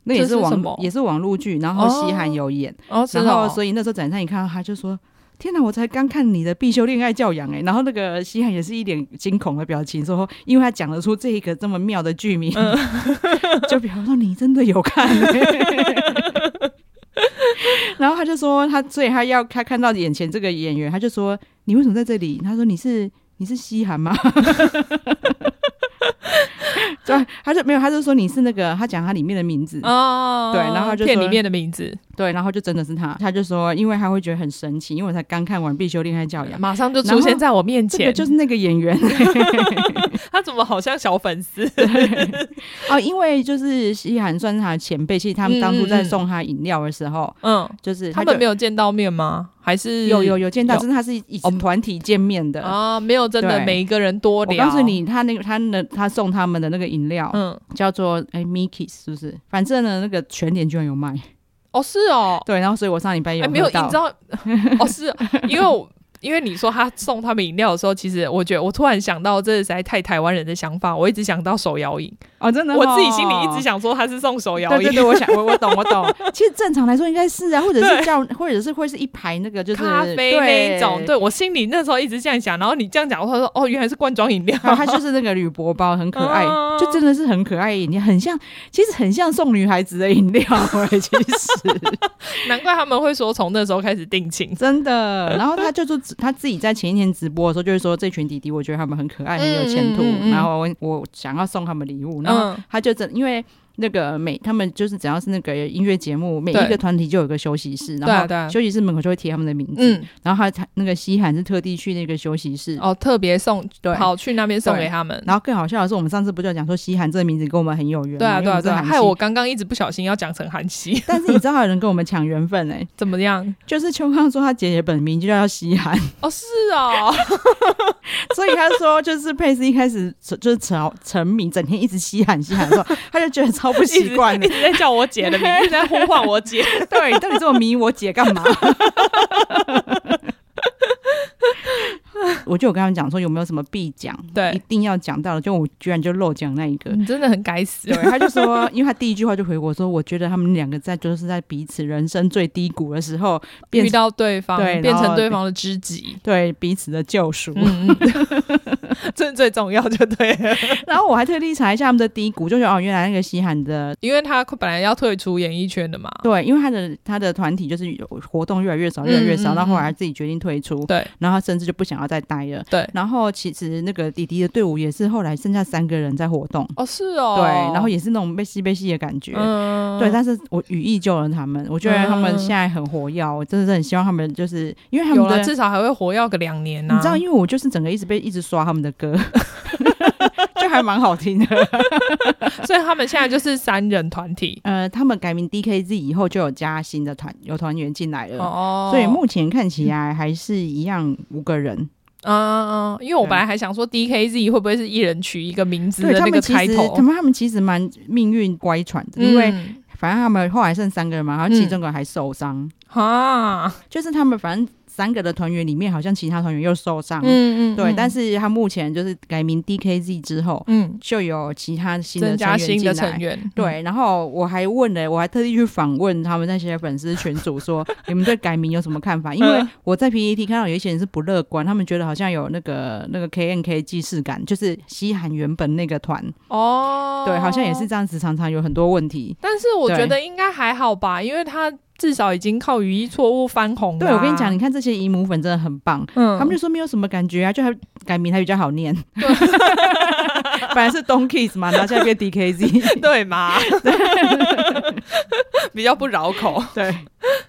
Speaker 2: 那也
Speaker 1: 这
Speaker 2: 是
Speaker 1: 是什
Speaker 2: 网
Speaker 1: 么
Speaker 2: 也是网络剧，然后西
Speaker 1: 哦
Speaker 2: 汉有演，
Speaker 1: 哦，真
Speaker 2: 然
Speaker 1: 的
Speaker 2: 后
Speaker 1: 哦
Speaker 2: 所以那时候展灿一看到他就说。天哪！我才刚看你的必修恋爱教养哎、然后那个西汉也是一脸惊恐的表情，说因为他讲得出这一个这么妙的剧名，
Speaker 1: 嗯
Speaker 2: [LAUGHS] 就比方说你真的有看、 [LAUGHS] 欸然后他就说他，所以他要他看到眼前这个演员，他就说你为什么在这里？他说你是你是西韩吗？ [LAUGHS] 对，他就没有，他就说你是那个，他讲他里面的名字，
Speaker 1: 哦，
Speaker 2: 对然后他就
Speaker 1: 片里
Speaker 2: 说
Speaker 1: 面的名字，
Speaker 2: 对，然后就真的是他，他就说，因为他会觉得很神奇，因为我才刚看完《必修恋爱教养》，
Speaker 1: 马上就出现在我面
Speaker 2: 这个
Speaker 1: 前，
Speaker 2: 就是那个演
Speaker 1: [LAUGHS]
Speaker 2: 员
Speaker 1: 他怎么好像小粉丝？
Speaker 2: 哦，因为就是西韩算是他的前辈，其实他们当初在送他饮料的时候，
Speaker 1: 嗯，
Speaker 2: 就是
Speaker 1: 他们没
Speaker 2: 有
Speaker 1: 有见到面吗？还是
Speaker 2: 有有有见到，
Speaker 1: 有哦
Speaker 2: 只是他是以团体见面的。
Speaker 1: 啊？没有真的
Speaker 2: 对
Speaker 1: 每一个人多
Speaker 2: 我
Speaker 1: 聊。
Speaker 2: 告诉，你，他那个他那他送他们的那个饮料、
Speaker 1: 嗯，
Speaker 2: 叫做哎 Mickey 是不是？反正呢，那个全脸居然有卖。
Speaker 1: 哦是哦，
Speaker 2: 对，然后所以我上礼拜也
Speaker 1: 哎没有，
Speaker 2: 喝
Speaker 1: 你
Speaker 2: 到
Speaker 1: 知道 [LAUGHS] 哦是，因为我。因为你说他送他们饮料的时候，其实我觉得我突然想到，这实在太台湾人的想法。我一直想到手摇饮，
Speaker 2: 哦，真的哦、
Speaker 1: 我自己心里一直想说他是送手摇
Speaker 2: 对
Speaker 1: 饮
Speaker 2: 对，对，我想我我懂我
Speaker 1: [LAUGHS]
Speaker 2: 懂。其实正常来说应该是啊，或者是叫，或者是会是一排那个就是
Speaker 1: 咖啡那一种。对。我心里那时候一直这样想，然后你这样讲，我说哦，原来是罐装饮料。
Speaker 2: 然后它就是那个铝箔包，很可爱，
Speaker 1: 哦
Speaker 2: 就真的是很可爱的饮料，很像，其实很像送女孩子的
Speaker 1: [LAUGHS]
Speaker 2: 饮料、欸，其实
Speaker 1: 难怪他们会说从那时候开始定情。
Speaker 2: 真的。然后他就说他自己在前一天直播的时候，就是说这群弟弟，我觉得他们很可爱，很有前途，
Speaker 1: 嗯嗯嗯嗯
Speaker 2: 然后我我想要送他们礼物，然后
Speaker 1: 嗯，
Speaker 2: 他就真因为。那个每他们就是只要是那个音乐节目，每一
Speaker 1: 对
Speaker 2: 个团体就有一个休息室，
Speaker 1: 对啊
Speaker 2: 然
Speaker 1: 对啊
Speaker 2: 后休息室门口就会贴他们的名字，
Speaker 1: 嗯，
Speaker 2: 然后他他那个西韩是特地去那个休息室。
Speaker 1: 哦，特别送
Speaker 2: 对
Speaker 1: 跑去那边送
Speaker 2: 对
Speaker 1: 给他们。
Speaker 2: 然后更好笑的是，我们上次不就讲说西韩这个名字跟我们很有缘
Speaker 1: 对啊，
Speaker 2: 吗，
Speaker 1: 对啊，对啊，
Speaker 2: 啊，
Speaker 1: 害我。刚刚一直不小心要讲成韩熙，
Speaker 2: 但是你知道还有人跟我们抢缘分哎、
Speaker 1: [LAUGHS] 怎么样？
Speaker 2: 就是邱康说他姐姐本名就叫西韩，
Speaker 1: 哦，是哦，
Speaker 2: 所以他说就是佩斯一开始就是沉沉迷，整天一直西韩西韩的时候，他就觉得超不
Speaker 1: [LAUGHS] 一直
Speaker 2: 习惯的
Speaker 1: 一。直在叫我姐的名，一直在呼唤我姐。
Speaker 2: [LAUGHS] 对，你到底这么迷我姐干嘛？我就有跟他们讲说有没有什么必讲，
Speaker 1: 对
Speaker 2: 一定要讲到的，就我居然就漏讲那一个，
Speaker 1: 你真的很该死
Speaker 2: 对，，他就说， [LAUGHS] 因为他第一句话就回我说，我觉得他们两个在就是在彼此人生最低谷的时候，变
Speaker 1: 遇到对方，
Speaker 2: 对
Speaker 1: 变
Speaker 2: 然
Speaker 1: 成
Speaker 2: 后
Speaker 1: 对方的知己。
Speaker 2: 对彼此的救赎。
Speaker 1: 嗯，嗯 [LAUGHS] 这最重要就对了，
Speaker 2: [LAUGHS] 然后我还特地查一下他们的低谷，就觉得哦，原来那个西韩的。
Speaker 1: 因为他本来要退出演艺圈的嘛。
Speaker 2: 对，因为他的他的团体就是有活动越来越少，越来越少，
Speaker 1: 嗯嗯
Speaker 2: 到后来
Speaker 1: 嗯
Speaker 2: 他自己决定退出，
Speaker 1: 对，
Speaker 2: 然后他甚至就不想要再待了。
Speaker 1: 对
Speaker 2: 然后其实那个弟弟的队伍也是后来剩下三个人在活动，
Speaker 1: 哦，是哦，
Speaker 2: 对，然后也是那种被吸被吸的感觉。
Speaker 1: 嗯
Speaker 2: 对，但是我语义救了他们，我觉得他们
Speaker 1: 嗯
Speaker 2: 现在很活跃，哦我真的是很希望他们就是因为他
Speaker 1: 有
Speaker 2: 们
Speaker 1: 了，
Speaker 2: 的
Speaker 1: 至少还会活要个两年啊呐、
Speaker 2: 你知道，因为我就是整个一直被一直刷他们的歌， [LAUGHS] 就还蛮好听
Speaker 1: [LAUGHS]
Speaker 2: 的。
Speaker 1: 所以他们现在就是三人团体
Speaker 2: 呃，他们改名 DKZ 以后就有加新的团，有团员进来了。
Speaker 1: 哦，
Speaker 2: 所以目前看起来还是一样五个人，
Speaker 1: 嗯嗯，嗯因为我本来还想说 DKZ 会不会是一人取一个名字
Speaker 2: 对
Speaker 1: 的
Speaker 2: 他
Speaker 1: 那
Speaker 2: 们
Speaker 1: 个
Speaker 2: 其
Speaker 1: 开
Speaker 2: 实
Speaker 1: 头
Speaker 2: 他，们他们其实蛮命运乖舛的，
Speaker 1: 嗯
Speaker 2: 因为反正他们后来剩三个人嘛，然后其中一个还受伤，
Speaker 1: 啊，
Speaker 2: 就是他们反正三个的团员里面，好像其他团员又受伤，
Speaker 1: 嗯嗯，
Speaker 2: 对，但
Speaker 1: 是
Speaker 2: 是他目前就是改名 DKZ 之后，
Speaker 1: 嗯，
Speaker 2: 就有其他新的
Speaker 1: 增加
Speaker 2: 成员
Speaker 1: 新的
Speaker 2: 进
Speaker 1: 成
Speaker 2: 来，
Speaker 1: 员，
Speaker 2: 对，然后我还问了，我还特地去访问他们那些粉丝群组说， [LAUGHS] 你们对改名有什么看法？因为
Speaker 1: 嗯
Speaker 2: 我在 PPT 看到有一些人是不乐观，他们觉得好像有那个那个 KNK 既视感，就是西韩原本那个团，
Speaker 1: 哦，
Speaker 2: 对，好像也是。这样子，常常有很多问题。
Speaker 1: 但是我
Speaker 2: 对
Speaker 1: 觉得应该还好吧，因为他至少已经靠语义错误翻红了、
Speaker 2: 对，我跟你讲，你，看这些姨母粉真的很棒，
Speaker 1: 嗯， [LAUGHS]
Speaker 2: 他们就说没有什么感觉啊，就还改名还比较好念。 [LAUGHS] 本来是 Don Kiss 嘛，然后现在变
Speaker 1: [LAUGHS]
Speaker 2: DKZ。
Speaker 1: 对嘛，比较不绕口。
Speaker 2: 对，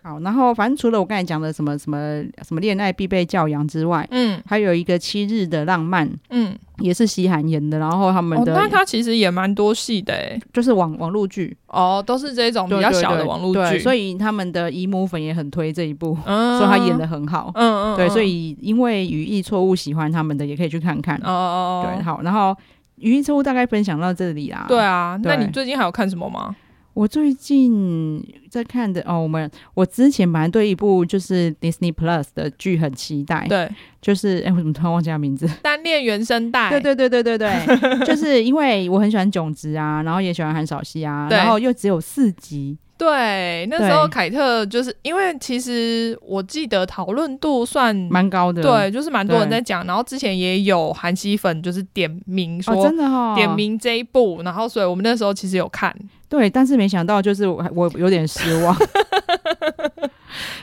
Speaker 2: 好，然后反正除了我刚才讲的什么什么什么恋爱必备教养之外，
Speaker 1: 嗯
Speaker 2: 还有一个《七日的浪漫》，
Speaker 1: 嗯，
Speaker 2: 也是西韩演的，然后他们
Speaker 1: 哦，
Speaker 2: 的、
Speaker 1: 那他其实也蛮多戏的诶。
Speaker 2: 就是网网络剧，
Speaker 1: 哦，都是这种比较
Speaker 2: 对对
Speaker 1: 小的
Speaker 2: 对
Speaker 1: 网络
Speaker 2: 对
Speaker 1: 剧，
Speaker 2: 所
Speaker 1: 以
Speaker 2: 以他们的姨母粉也很推这一部，
Speaker 1: 嗯
Speaker 2: 说他演的很好。
Speaker 1: 嗯嗯，
Speaker 2: 对，
Speaker 1: 嗯
Speaker 2: 所以因为语义错误喜欢他们的也可以去看看。
Speaker 1: 哦哦
Speaker 2: 对，
Speaker 1: 哦，
Speaker 2: 好，然后语义错误大概分享到这里啦。
Speaker 1: 对，啊，那
Speaker 2: 对
Speaker 1: 你最近还有看什么吗？
Speaker 2: 我最近在看的哦，我们我之前本来对一部就是 Disney Plus 的剧很期待，
Speaker 1: 对，
Speaker 2: 就是哎，我怎么突然忘记他名字？
Speaker 1: 单恋原声带，
Speaker 2: 对对对对对
Speaker 1: [LAUGHS]
Speaker 2: 对，就是因为我很喜欢囧子啊，然后也喜欢韩少熙啊，
Speaker 1: 对
Speaker 2: 然后又只有四集，
Speaker 1: 对，那时候
Speaker 2: 对
Speaker 1: 凯特就是因为其实我记得讨论度算
Speaker 2: 蛮高的。
Speaker 1: 对，就是蛮多人
Speaker 2: 对
Speaker 1: 在讲，然后之前也有韩熙粉就是点名
Speaker 2: 哦，
Speaker 1: 说
Speaker 2: 真的哦，
Speaker 1: 点名这一部，然后所以我们那时候其实有看，
Speaker 2: 对，但是没想到就是我我有点失
Speaker 1: [LAUGHS]
Speaker 2: 望，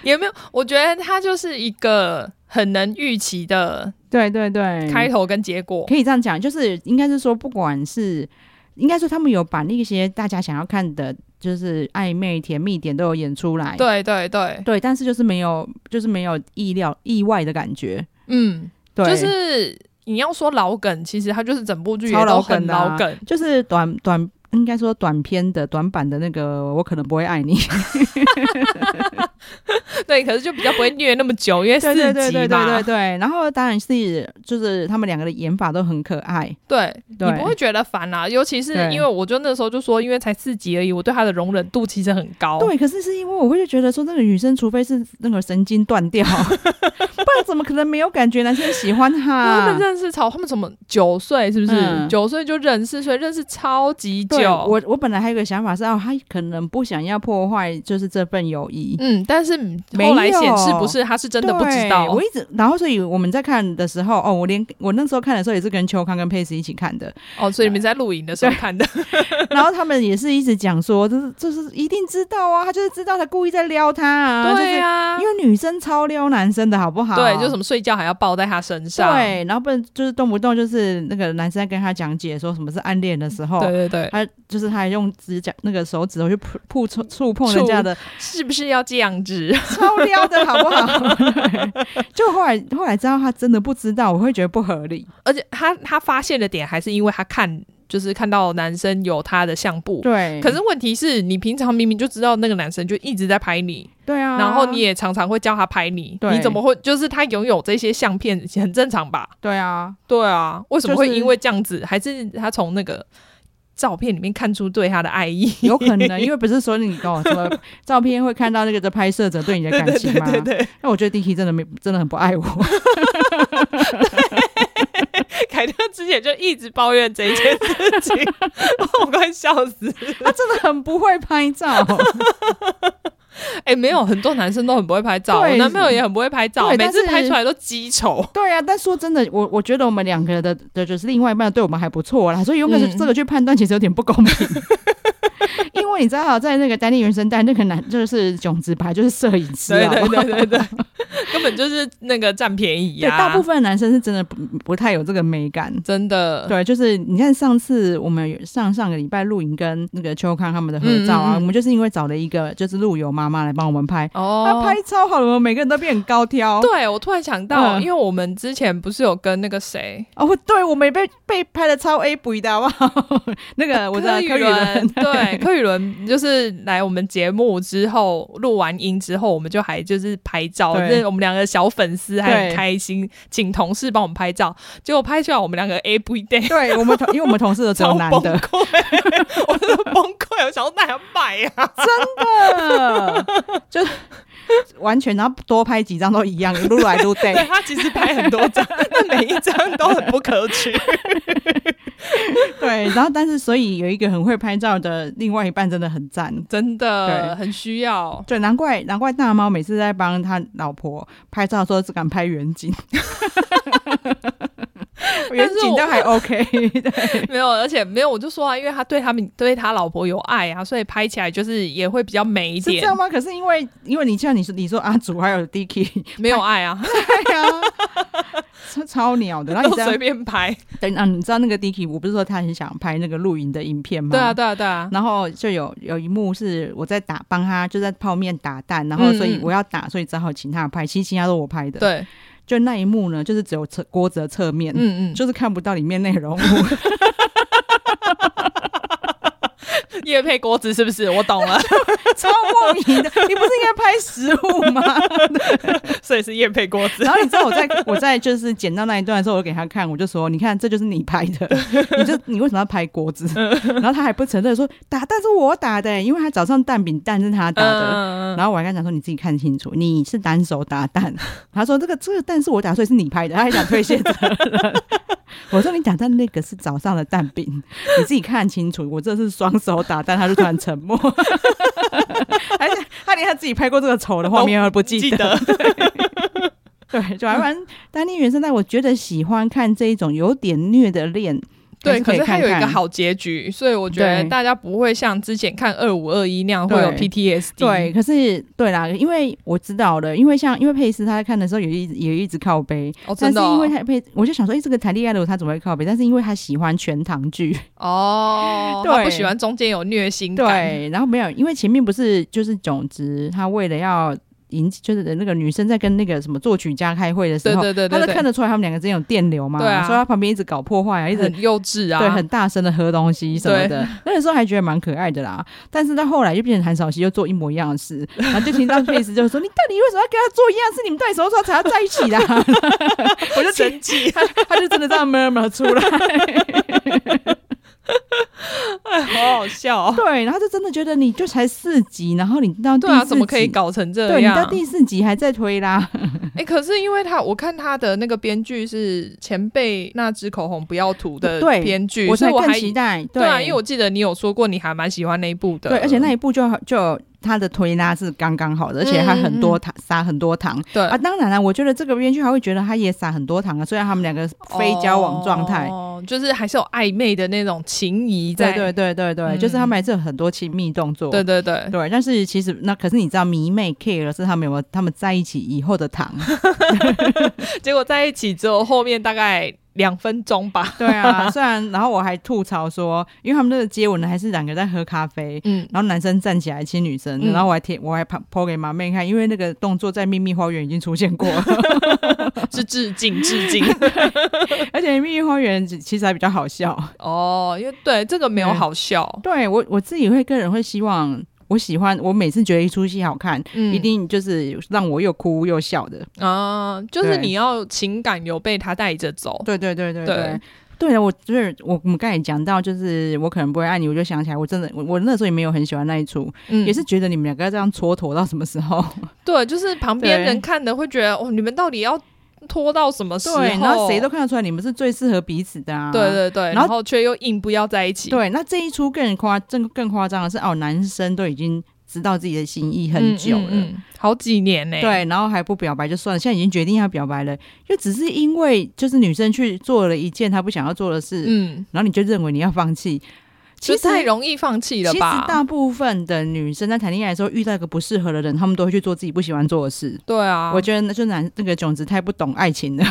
Speaker 1: 也没有，我觉得它就是一个很能预期的
Speaker 2: 对对对，
Speaker 1: 开头跟结果，
Speaker 2: 可以这样讲，就是应该是说，不管是应该说他们有把那些大家想要看的，就是暧昧甜蜜点都有演出来，
Speaker 1: 对对对，
Speaker 2: 对，但是就是没有就是没有意料意外的感觉，
Speaker 1: 嗯，
Speaker 2: 对，
Speaker 1: 就是你要说老梗，其实它就是整部剧
Speaker 2: 超
Speaker 1: 也都
Speaker 2: 老
Speaker 1: 很
Speaker 2: 梗的啊
Speaker 1: 老梗，
Speaker 2: 就是短短。应该说短篇的短版的那个，我可能不会爱你。
Speaker 1: 对，可是就比较不会虐那么久，因为哎四
Speaker 2: [LAUGHS] 对
Speaker 1: 集嘛，
Speaker 2: 对对对对对对。然后当然是就是他们两个的演法都很可爱，
Speaker 1: 对
Speaker 2: 对
Speaker 1: 你不会觉得烦啦、尤其是
Speaker 2: 对
Speaker 1: 因为我就那时候就说，因为才四集而已，我对他的容忍度其实很高。
Speaker 2: 对，可是是因为我会觉得说，那个女生除非是那个神经断
Speaker 1: [LAUGHS]
Speaker 2: 掉，不然怎么可能没有感觉男生喜欢
Speaker 1: [LAUGHS] 他
Speaker 2: 她
Speaker 1: 们？认识超，他们怎么九岁是不是？
Speaker 2: 啊嗯
Speaker 1: 九、岁就认识，所以认识超级久
Speaker 2: 对，。我我本来还有个想法是，哦，他可能不想要破坏就是这份友谊。
Speaker 1: 嗯，但是嗯
Speaker 2: 没
Speaker 1: 后来显示
Speaker 2: 有
Speaker 1: 不是，他是真的
Speaker 2: 对
Speaker 1: 不知道。
Speaker 2: 我一直，然后所以我们在看的时候，哦，我连我那时候看的时候也是跟邱康跟佩斯一起看
Speaker 1: [LAUGHS]
Speaker 2: 的，
Speaker 1: 哦，所以你们在录影的时候看的，
Speaker 2: 然后他们也是一直讲说，就是就是一定知道啊，他就是知道他故意在撩他啊，
Speaker 1: 对啊
Speaker 2: 就是、因为女生超撩男生的好不好？
Speaker 1: 对，就什么啊睡觉还要抱在他身上，
Speaker 2: 对，然后不然就是动不动就是那个男生在跟他讲解说什么是暗恋的时候，
Speaker 1: 对对对，
Speaker 2: 他就是他还用指甲那个手指头去碰碰触触碰人家的，
Speaker 1: 是不是要这样子？
Speaker 2: [LAUGHS] 超撩的好不
Speaker 1: [LAUGHS]
Speaker 2: 好？对就后来后来知道他真的不知道，我会觉得不合理。
Speaker 1: 而且他他发现的点还是因为他看，就是看到男生有他的相簿，
Speaker 2: 对，
Speaker 1: 可是问题是你平常明明就知道那个男生就一直在拍你，
Speaker 2: 对啊，
Speaker 1: 然后你也常常会叫他拍你，
Speaker 2: 对
Speaker 1: 你怎么会就是他拥有这些相片很正常吧？
Speaker 2: 对啊，
Speaker 1: 对啊，为什么
Speaker 2: 就
Speaker 1: 会
Speaker 2: 是
Speaker 1: 因为这样子？还是他从那个照片里面看出对他的爱意？
Speaker 2: 有可
Speaker 1: [LAUGHS]
Speaker 2: 能因为不是说你哦什么照片会看到那个的拍摄者对你的感情吗？
Speaker 1: [LAUGHS] 对对，
Speaker 2: 那我觉得 d i k 真的没真的很不爱我， [LAUGHS]
Speaker 1: 凯特之前就一直抱怨这一件事情，
Speaker 2: [LAUGHS]
Speaker 1: 我快笑死。
Speaker 2: 他真的很不会拍照。
Speaker 1: 哎、没有，很多男生都很不会拍照，
Speaker 2: 对
Speaker 1: 我男朋友也很不会拍照，
Speaker 2: 对
Speaker 1: 每
Speaker 2: 但
Speaker 1: 次
Speaker 2: 是
Speaker 1: 拍出来都鸡丑。
Speaker 2: 对啊，但说真的，我我觉得我们两个的的就是另外一半对我们还不错啦，所以用个
Speaker 1: 嗯
Speaker 2: 这个去判断其实有点不公平。 [LAUGHS] 因为你知道，在那个单立原声带，那个男就是囧子牌， [LAUGHS] 就是摄影师
Speaker 1: 对
Speaker 2: 啊。
Speaker 1: 对对对对，
Speaker 2: [LAUGHS]
Speaker 1: 根本就是那个占便宜
Speaker 2: 对，
Speaker 1: 呀、
Speaker 2: 大部分男生是真的不不太有这个美感。
Speaker 1: 真的
Speaker 2: 对，就是你看上次我们有上上个礼拜录影跟那个邱康他们的合照啊，我
Speaker 1: 嗯嗯嗯
Speaker 2: 们就是因为找了一个就是路友妈妈来帮我们拍，
Speaker 1: 哦，
Speaker 2: 她、拍超好了，我们每个人都变很高挑。
Speaker 1: 对，我突然想到，
Speaker 2: 嗯
Speaker 1: 因为我们之前不是有跟那个谁，
Speaker 2: 哦，对，我们也被被拍的超 A 补的好不好？ [LAUGHS] 那
Speaker 1: [LAUGHS]
Speaker 2: 个我知道
Speaker 1: 柯
Speaker 2: 柯
Speaker 1: 宇
Speaker 2: 宇 [LAUGHS] 伦，
Speaker 1: 对，柯宇伦就是来我们节目之后录完音之后，我们就还就是拍照，
Speaker 2: 对
Speaker 1: 那我们两个小粉丝还很
Speaker 2: 对
Speaker 1: 开心，请同事帮我们拍照，结果拍出来我们两个 A 不一定。
Speaker 2: 对我们同，因为我们同事都只有
Speaker 1: 超
Speaker 2: 男
Speaker 1: 崩
Speaker 2: 的，
Speaker 1: 溃， [LAUGHS] 我真的崩溃，我想要那要卖啊！
Speaker 2: [LAUGHS] 就完全，然后多拍几张都一样，撸来
Speaker 1: [LAUGHS]
Speaker 2: 撸
Speaker 1: 对
Speaker 2: 去。
Speaker 1: 他其实拍很 [LAUGHS] 多张，但每一张都很不可取。
Speaker 2: 对，然后但是所以有一个很会拍照的另外一半真的很赞。
Speaker 1: 真的
Speaker 2: 对
Speaker 1: 很需要，
Speaker 2: 对，难怪难怪大猫每次在帮他老婆拍照的时候只敢拍远
Speaker 1: [LAUGHS]
Speaker 2: 景， [LAUGHS] 远景都还
Speaker 1: [LAUGHS]
Speaker 2: OK，
Speaker 1: 没有，而且没有，我就说啊，因为他对他们对他老婆有爱啊，所以拍起来就是也会比较美一
Speaker 2: 是这
Speaker 1: 点。
Speaker 2: 样吗？可是因为因为你像你说你说阿祖还有 Dicky，
Speaker 1: 没有爱啊，
Speaker 2: 对啊，超超鸟
Speaker 1: [LAUGHS]
Speaker 2: 的。然后你
Speaker 1: 都
Speaker 2: 知道
Speaker 1: 随，便拍。
Speaker 2: 等啊，你知道那个 Dicky，我不是说他很想拍那个露营的影片吗？
Speaker 1: 对啊，。对啊，对啊。
Speaker 2: 然后就有有一幕是我在打帮他，就在泡面打蛋，然后
Speaker 1: 嗯
Speaker 2: 所以
Speaker 1: 嗯
Speaker 2: 我要打，所以只好请他拍，其实其他都我拍的。，
Speaker 1: 对，
Speaker 2: 就那一幕呢，就是只有侧锅子的侧面，
Speaker 1: 嗯嗯，
Speaker 2: [LAUGHS] 就是看不到里面内容物。
Speaker 1: 叶配锅子是不是？我懂 [LAUGHS] 了，
Speaker 2: 超莫名的，你不是应该拍食物吗？
Speaker 1: 所以是叶配锅
Speaker 2: [LAUGHS]
Speaker 1: 子
Speaker 2: 然。后你知道我在我在就是剪到那一段的时候，我就给他看，我就说：“你看，这就是你拍
Speaker 1: [LAUGHS]
Speaker 2: 的，你就你为什么要拍锅子？”
Speaker 1: 嗯
Speaker 2: 然后他还不承认说打蛋是我打的、因为他早上蛋饼蛋是他打的。
Speaker 1: 嗯，
Speaker 2: 然后我还跟他讲说：“你自己看清楚，你是单手打蛋。” [LAUGHS] 他说：“这个这个蛋是我打，所以是你拍的。”他还想推卸责任。 [LAUGHS] 我说：“你打蛋那个是早上的蛋饼，你自己看清楚，我这是双手打蛋。”他就突然沉默， [LAUGHS] 而且他连他自己拍过这个丑的画面他都不记
Speaker 1: 哦记
Speaker 2: 得。
Speaker 1: 得
Speaker 2: [LAUGHS] 对，就还蛮丹妮原声带，我觉得喜欢看这一种有点虐的恋，还
Speaker 1: 对，
Speaker 2: 是
Speaker 1: 可
Speaker 2: 以
Speaker 1: 是它
Speaker 2: 看
Speaker 1: 有一
Speaker 2: 看
Speaker 1: 个。好结局，所以我觉得
Speaker 2: 对
Speaker 1: 大家不会像之前看二五二一那样会有
Speaker 2: 对
Speaker 1: PTSD。
Speaker 2: 对，，可是对啦，因为我知道了，因为像因为佩斯他在看的时候有一也一直靠背，
Speaker 1: 哦，
Speaker 2: 但
Speaker 1: 真
Speaker 2: 是
Speaker 1: 的
Speaker 2: 因
Speaker 1: 哦
Speaker 2: 为他佩，我就想说，哎、这个谈恋爱的我他怎么会靠背？但是因为他喜欢全糖剧，
Speaker 1: 哦，他不
Speaker 2: 对
Speaker 1: 喜欢中间有虐心感。
Speaker 2: 对，然后没有，因为前面不是就是种子，他为了要引起，就是那个女生在跟那个什么作曲家开会的时
Speaker 1: 对
Speaker 2: 候，
Speaker 1: 对对
Speaker 2: 他
Speaker 1: 对
Speaker 2: 都看
Speaker 1: 对，
Speaker 2: 得出来他们两个之间有电流嘛，
Speaker 1: 对啊
Speaker 2: 所以他旁边一直搞破坏啊，一直
Speaker 1: 很幼稚啊，
Speaker 2: 对，很大声的喝东西什么的，那个时候还觉得蛮可爱的啦。但是到后来就变成韩少熙又做一模一样的事，然后就听到佩斯就说：“你到底为什么要跟他做一样的事？你们到底什么时候才要在一起啦？” [LAUGHS] 我就生气，他 [LAUGHS] 他就真的这样 murmur 出来。
Speaker 1: [LAUGHS] 好好笑哦。
Speaker 2: [LAUGHS] 对，然后就真的觉得你就才四集，然后你到第
Speaker 1: 对啊，
Speaker 2: 四
Speaker 1: 怎么可以
Speaker 2: 集？
Speaker 1: 搞成这
Speaker 2: 对你
Speaker 1: 样？
Speaker 2: 到第四集还在推啦，
Speaker 1: 哎、可是因为他，我看他的那个编剧是前辈那支口红不要涂的
Speaker 2: 对
Speaker 1: 编剧，所
Speaker 2: 才
Speaker 1: 以我
Speaker 2: 更
Speaker 1: 还
Speaker 2: 期待。
Speaker 1: 对啊，因为我记得你有说过你还蛮喜欢那一部的，
Speaker 2: 对，而且那一部就就他的推拉是刚刚好的，而且他很多糖撒很多糖，
Speaker 1: 对
Speaker 2: 啊，当然了，我觉得这个编剧还会觉得他也撒很多糖啊，虽然他们两个非交往状态。
Speaker 1: 哦，就是还是有暧昧的那种情谊在，
Speaker 2: 对对对对对，
Speaker 1: 嗯
Speaker 2: 就是他们还是有很多亲密动作。
Speaker 1: 对对对
Speaker 2: 对但是其实那可是你知道迷妹 care 的是他们有没有他们在一起以后的糖？
Speaker 1: [LAUGHS] 结果在一起之后，后面大概两分钟吧，
Speaker 2: [LAUGHS] 对啊，虽然然后我还吐槽说，因为他们那个接吻呢还是两个在喝咖啡。
Speaker 1: 嗯，
Speaker 2: 然后男生站起来亲女生，
Speaker 1: 嗯
Speaker 2: 然后我还贴我还抛抛给马妹看，因为那个动作在《秘密花园》已经出现过了，
Speaker 1: [LAUGHS]
Speaker 2: [LAUGHS]
Speaker 1: 是致敬致敬
Speaker 2: 而且《秘密花园》其实还比较好笑。
Speaker 1: 哦，因为对这个没有好笑，
Speaker 2: 对我我自己会个人会希望，我喜欢我每次觉得一出戏好看，
Speaker 1: 嗯
Speaker 2: 一定就是让我又哭又笑的。
Speaker 1: 啊，就是
Speaker 2: 对
Speaker 1: 你要情感有被他带着走，
Speaker 2: 对对对对
Speaker 1: 对
Speaker 2: 对。对啊了，我就是我，我们刚才也讲到，就是我可能不会爱你，我就想起来，我真的，我我那时候也没有很喜欢那一出，
Speaker 1: 嗯
Speaker 2: 也是觉得你们两个要这样蹉跎到什么时候？
Speaker 1: 对，就是旁边
Speaker 2: 对
Speaker 1: 人看的会觉得，哦，你们到底要拖到什 [LAUGHS] 么时候？
Speaker 2: 对，然后谁都看得出来你们是最适合彼此的啊。
Speaker 1: 对对对，
Speaker 2: 然后
Speaker 1: 然后却又硬不要在一起，
Speaker 2: 对，那这一出更夸更更夸张的是，哦，男生都已经知道自己的心意
Speaker 1: 嗯，
Speaker 2: 很久了，
Speaker 1: 嗯嗯好几年呢、，
Speaker 2: 对，然后还不表白就算了，现在已经决定要表白了，就只是因为就是女生去做了一件她不想要做的事，
Speaker 1: 嗯，
Speaker 2: 然后你就认为你要放弃，其
Speaker 1: 就
Speaker 2: 实
Speaker 1: 太容易放弃了
Speaker 2: 其实
Speaker 1: 吧？
Speaker 2: 大部分的女生在谈恋爱的时候遇到一个不适合的人，她们都会去做自己不喜欢做的事。
Speaker 1: 对啊，
Speaker 2: 我觉得那就男那个种子太不懂爱情了。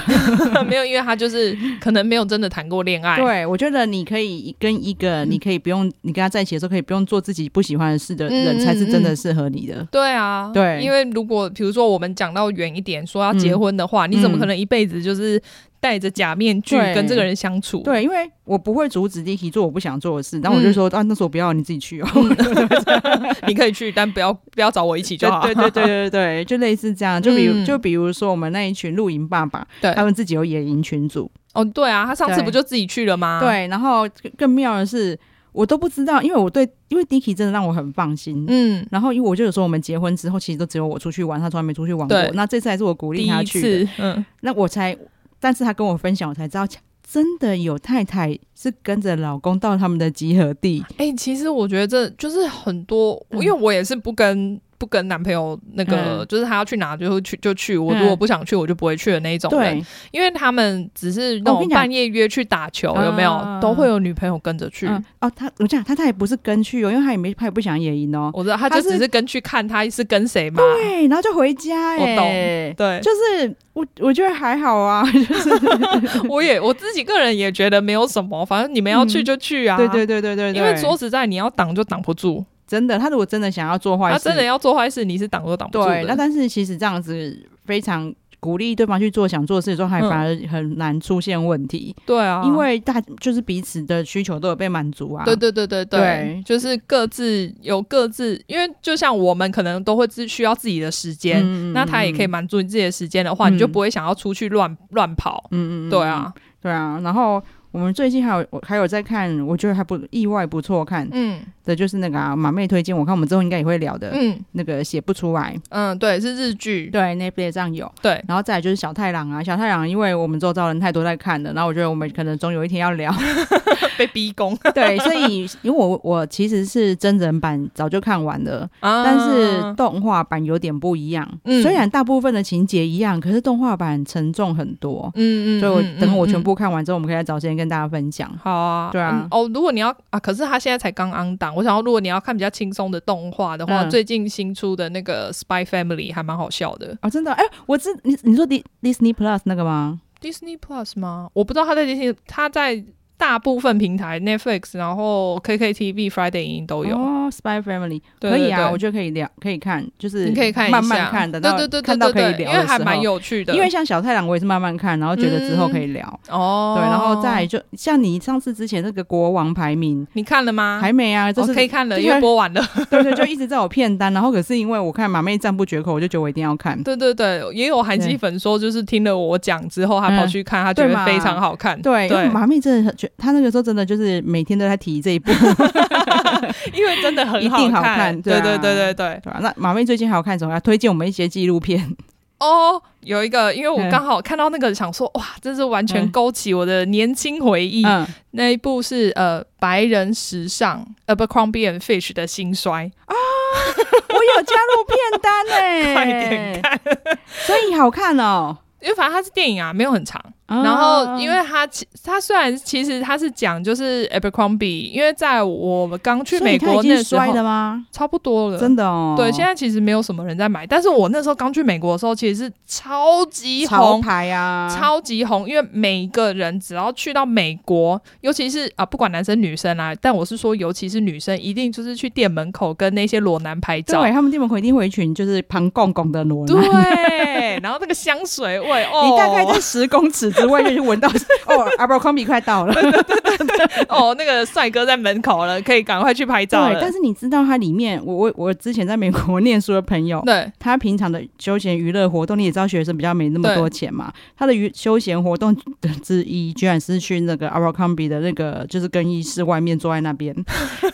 Speaker 1: 得 [LAUGHS] 没有，因为他就是可能没有真的谈过恋爱，
Speaker 2: 对，我觉得你可以跟一个
Speaker 1: 嗯
Speaker 2: 你可以不用你跟他在一起的时候可以不用做自己不喜欢的事的人，
Speaker 1: 嗯
Speaker 2: 才是
Speaker 1: 嗯
Speaker 2: 真
Speaker 1: 嗯
Speaker 2: 的适合你的。
Speaker 1: 对啊，
Speaker 2: 对
Speaker 1: 因为如果比如说我们讲到远一点，说要结婚的
Speaker 2: 嗯
Speaker 1: 话，你怎么可能一辈子就是戴着假面具
Speaker 2: 对
Speaker 1: 跟这个人相处？
Speaker 2: 对，因为我不会阻止 Dicky 做我不想做的事，然
Speaker 1: 嗯
Speaker 2: 后我就说、啊，那时候不要，你自己去哦。 [LAUGHS]
Speaker 1: [LAUGHS] 你可以去，但不要不要找我一起就好。
Speaker 2: 对对对对对对，就类似这样。就比如、
Speaker 1: 嗯
Speaker 2: 就比如说我们那一群露营爸爸，
Speaker 1: 对
Speaker 2: 他们自己有野营群组，
Speaker 1: 哦，对啊，他上次
Speaker 2: 对
Speaker 1: 不就自己去了吗？，
Speaker 2: 对。然后更妙的是，我都不知道，因为我对因为 Dicky 真的让我很放心。
Speaker 1: 嗯，
Speaker 2: 然后因为我就有说我们结婚之后，其实都只有我出去玩，他从来没出去玩过
Speaker 1: 对。
Speaker 2: 那这次还是我鼓
Speaker 1: 第
Speaker 2: 励他
Speaker 1: 一
Speaker 2: 去的，
Speaker 1: 次，嗯，
Speaker 2: 那我才，但是他跟我分享，我才知道。真的有太太是跟着老公到他们的集合地，
Speaker 1: 哎、其实我觉得这就是很多，
Speaker 2: 嗯
Speaker 1: 因为我也是不跟不跟男朋友那个，
Speaker 2: 嗯
Speaker 1: 就是他要去哪就会去就去，我
Speaker 2: 嗯
Speaker 1: 如果不想去我就不会去的那一种人，
Speaker 2: 对，哦
Speaker 1: 因为他们只是那
Speaker 2: 我跟
Speaker 1: 种
Speaker 2: 你讲
Speaker 1: 半夜约去打球，有没有、
Speaker 2: 啊
Speaker 1: 都会有女朋友跟着去。
Speaker 2: 嗯、哦，他我讲他他也不是跟去哦，因为他也没他也不想野营哦。
Speaker 1: 我知道，他就
Speaker 2: 他是
Speaker 1: 只是跟去看他是跟谁嘛，
Speaker 2: 对，然后就回家、
Speaker 1: 我懂
Speaker 2: 哎 [LAUGHS]
Speaker 1: 对，
Speaker 2: 就是我我觉得还好啊，就是、
Speaker 1: 我也我自己个人也觉得没有什么，反正你们要去
Speaker 2: 嗯
Speaker 1: 就去啊，
Speaker 2: 对对对对对对，
Speaker 1: 因为说实在，你要挡就挡不住，
Speaker 2: 真的，他如果真的想要做坏
Speaker 1: 他
Speaker 2: 事，
Speaker 1: 啊真的要做坏事，你是挡都挡不住的。
Speaker 2: 对，那但是其实这样子非常。鼓励对方去做想做的事的状态，
Speaker 1: 嗯
Speaker 2: 反而很难出现问题，
Speaker 1: 对啊，
Speaker 2: 因为大就是彼此的需求都有被满足啊。
Speaker 1: 对对对对对，
Speaker 2: 对
Speaker 1: 就是各自有各自，因为就像我们可能都会自需要自己的时间，
Speaker 2: 嗯，嗯
Speaker 1: 那他也可以，满足你自己的时间的话，
Speaker 2: 嗯
Speaker 1: 你就不会想要出去乱乱跑。
Speaker 2: 嗯嗯嗯嗯，
Speaker 1: 对啊，
Speaker 2: 对啊。然后我们最近还有我还有在看，我觉得还不意外不错看
Speaker 1: 嗯
Speaker 2: 的，就是那个啊马妹推荐，我看我们之后应该也会聊的，
Speaker 1: 嗯
Speaker 2: 那个写不出来，
Speaker 1: 嗯，对，是日剧，
Speaker 2: 对，Netflix 上有。 [LAUGHS]
Speaker 1: 对
Speaker 2: 然后再来就是小太郎啊，小太郎，因为我们周遭人太多在看了，然后我觉得我们可能总有一天要聊， [LAUGHS]
Speaker 1: 被逼宫
Speaker 2: 对，所以因为我我其实是真人版早就看完了，
Speaker 1: [LAUGHS] 啊
Speaker 2: 但是动画版有点不一样，
Speaker 1: 嗯
Speaker 2: 虽然大部分的情节一样，可是动画版沉重很多，
Speaker 1: 嗯嗯，
Speaker 2: 所以我
Speaker 1: 嗯
Speaker 2: 等我全。
Speaker 1: 嗯嗯
Speaker 2: 部看完之后，我们可以再找时间跟大家分享。
Speaker 1: 好啊，
Speaker 2: 对啊
Speaker 1: 嗯哦，如果你要啊，可是他现在才刚 on 档，我想要如果你要看比较轻松的动画的话，
Speaker 2: 嗯
Speaker 1: 最近新出的那个《Spy Family》还蛮好笑的
Speaker 2: 哦，真的，哎、我知你你说 Di- Disney Plus 那个吗？
Speaker 1: ，Disney Plus 吗？我不知道他在 Disney，他在大部分平台 Netflix，然后 KKTV、Friday 影音都有。
Speaker 2: 哦，Spy Family
Speaker 1: 对
Speaker 2: 可以
Speaker 1: 对
Speaker 2: 啊，
Speaker 1: 对
Speaker 2: 我觉得可以聊，可以看，就是
Speaker 1: 你可以看一下，
Speaker 2: 慢慢看，等
Speaker 1: 对
Speaker 2: 到
Speaker 1: 对对
Speaker 2: 看
Speaker 1: 对
Speaker 2: 到
Speaker 1: 对
Speaker 2: 可以
Speaker 1: 对，
Speaker 2: 聊的时候，
Speaker 1: 因为还蛮有趣的。
Speaker 2: 因为像小太郎，我也是慢慢看，然后觉得之后可以聊。
Speaker 1: 哦，
Speaker 2: 对，然后再来就像你上次之前那个国王排名、
Speaker 1: 你看了吗？
Speaker 2: 还没啊，就是、
Speaker 1: 哦可以看了，
Speaker 2: 对
Speaker 1: 因为播完了。
Speaker 2: [LAUGHS] 对对，就一直在我片单。然后可是因为我看马妹赞不绝口，我就觉得我一定要看。
Speaker 1: 对对对，也有韩
Speaker 2: 对嗯
Speaker 1: 系粉说，就是听了我讲之后，他跑去看，他觉
Speaker 2: 对
Speaker 1: 得
Speaker 2: 嘛
Speaker 1: 非常好看。
Speaker 2: 对，因为
Speaker 1: 对，
Speaker 2: 马妹真的很觉，她那个时候真的就是每天都在提这一
Speaker 1: [LAUGHS]
Speaker 2: 部，
Speaker 1: 因为真的很
Speaker 2: 一定好看对
Speaker 1: 对
Speaker 2: 啊
Speaker 1: 对对对对。
Speaker 2: 对吧、那马妹最近还有看什么？要推荐我们一些纪录片。
Speaker 1: 哦，有一个，因为我
Speaker 2: 嗯
Speaker 1: 刚好看到那个，想说哇，真是完全
Speaker 2: 嗯
Speaker 1: 勾起我的年轻回忆。
Speaker 2: 嗯，
Speaker 1: 那一部是呃白人时尚 Abercrombie and Fitch 的兴衰，
Speaker 2: 我有加入片单呢、
Speaker 1: 快点
Speaker 2: 看，所以好看哦。
Speaker 1: 因为反正它是电影啊，没有很长。
Speaker 2: 啊
Speaker 1: 然后，因为它其它虽然其实它是讲就是 Abercrombie，因为在我们刚去
Speaker 2: 所以
Speaker 1: 美
Speaker 2: 它
Speaker 1: 国
Speaker 2: 已经
Speaker 1: 那时
Speaker 2: 衰了
Speaker 1: 候
Speaker 2: 吗？
Speaker 1: 差不多了，
Speaker 2: 真的哦，
Speaker 1: 对，现在其实没有什么人在买，但是我那时候刚去美国的时候，其实是超级
Speaker 2: 潮
Speaker 1: 红。
Speaker 2: 牌啊，
Speaker 1: 超级红，因为每一个人只要去到美国，尤其是啊，不管男生女生啦、但我是说，尤其是女生，一定就是去店门口跟那些裸男拍照，
Speaker 2: 对他们店门口一定会一群就是旁公公的裸
Speaker 1: 哦
Speaker 2: 男。
Speaker 1: 对然后那个香水味，
Speaker 2: [LAUGHS]
Speaker 1: 哦，
Speaker 2: 你大概在十公尺之外就去
Speaker 1: [LAUGHS]
Speaker 2: 闻到，哦 a b e r c o m b i 快到了。
Speaker 1: 哦，那个帅哥在门口了，可以赶快去拍照
Speaker 2: 对，
Speaker 1: 了
Speaker 2: 但。是你知道它里面，我我我之前在美国念书的朋友，
Speaker 1: 对，
Speaker 2: 他平常的休闲娱乐活动，你也知道学生比较没那么多钱嘛，他的娱休闲活动的之一，居然是去那个 a b e r c o m b i 的那个就是更衣室外面坐在那
Speaker 1: [LAUGHS]
Speaker 2: 边，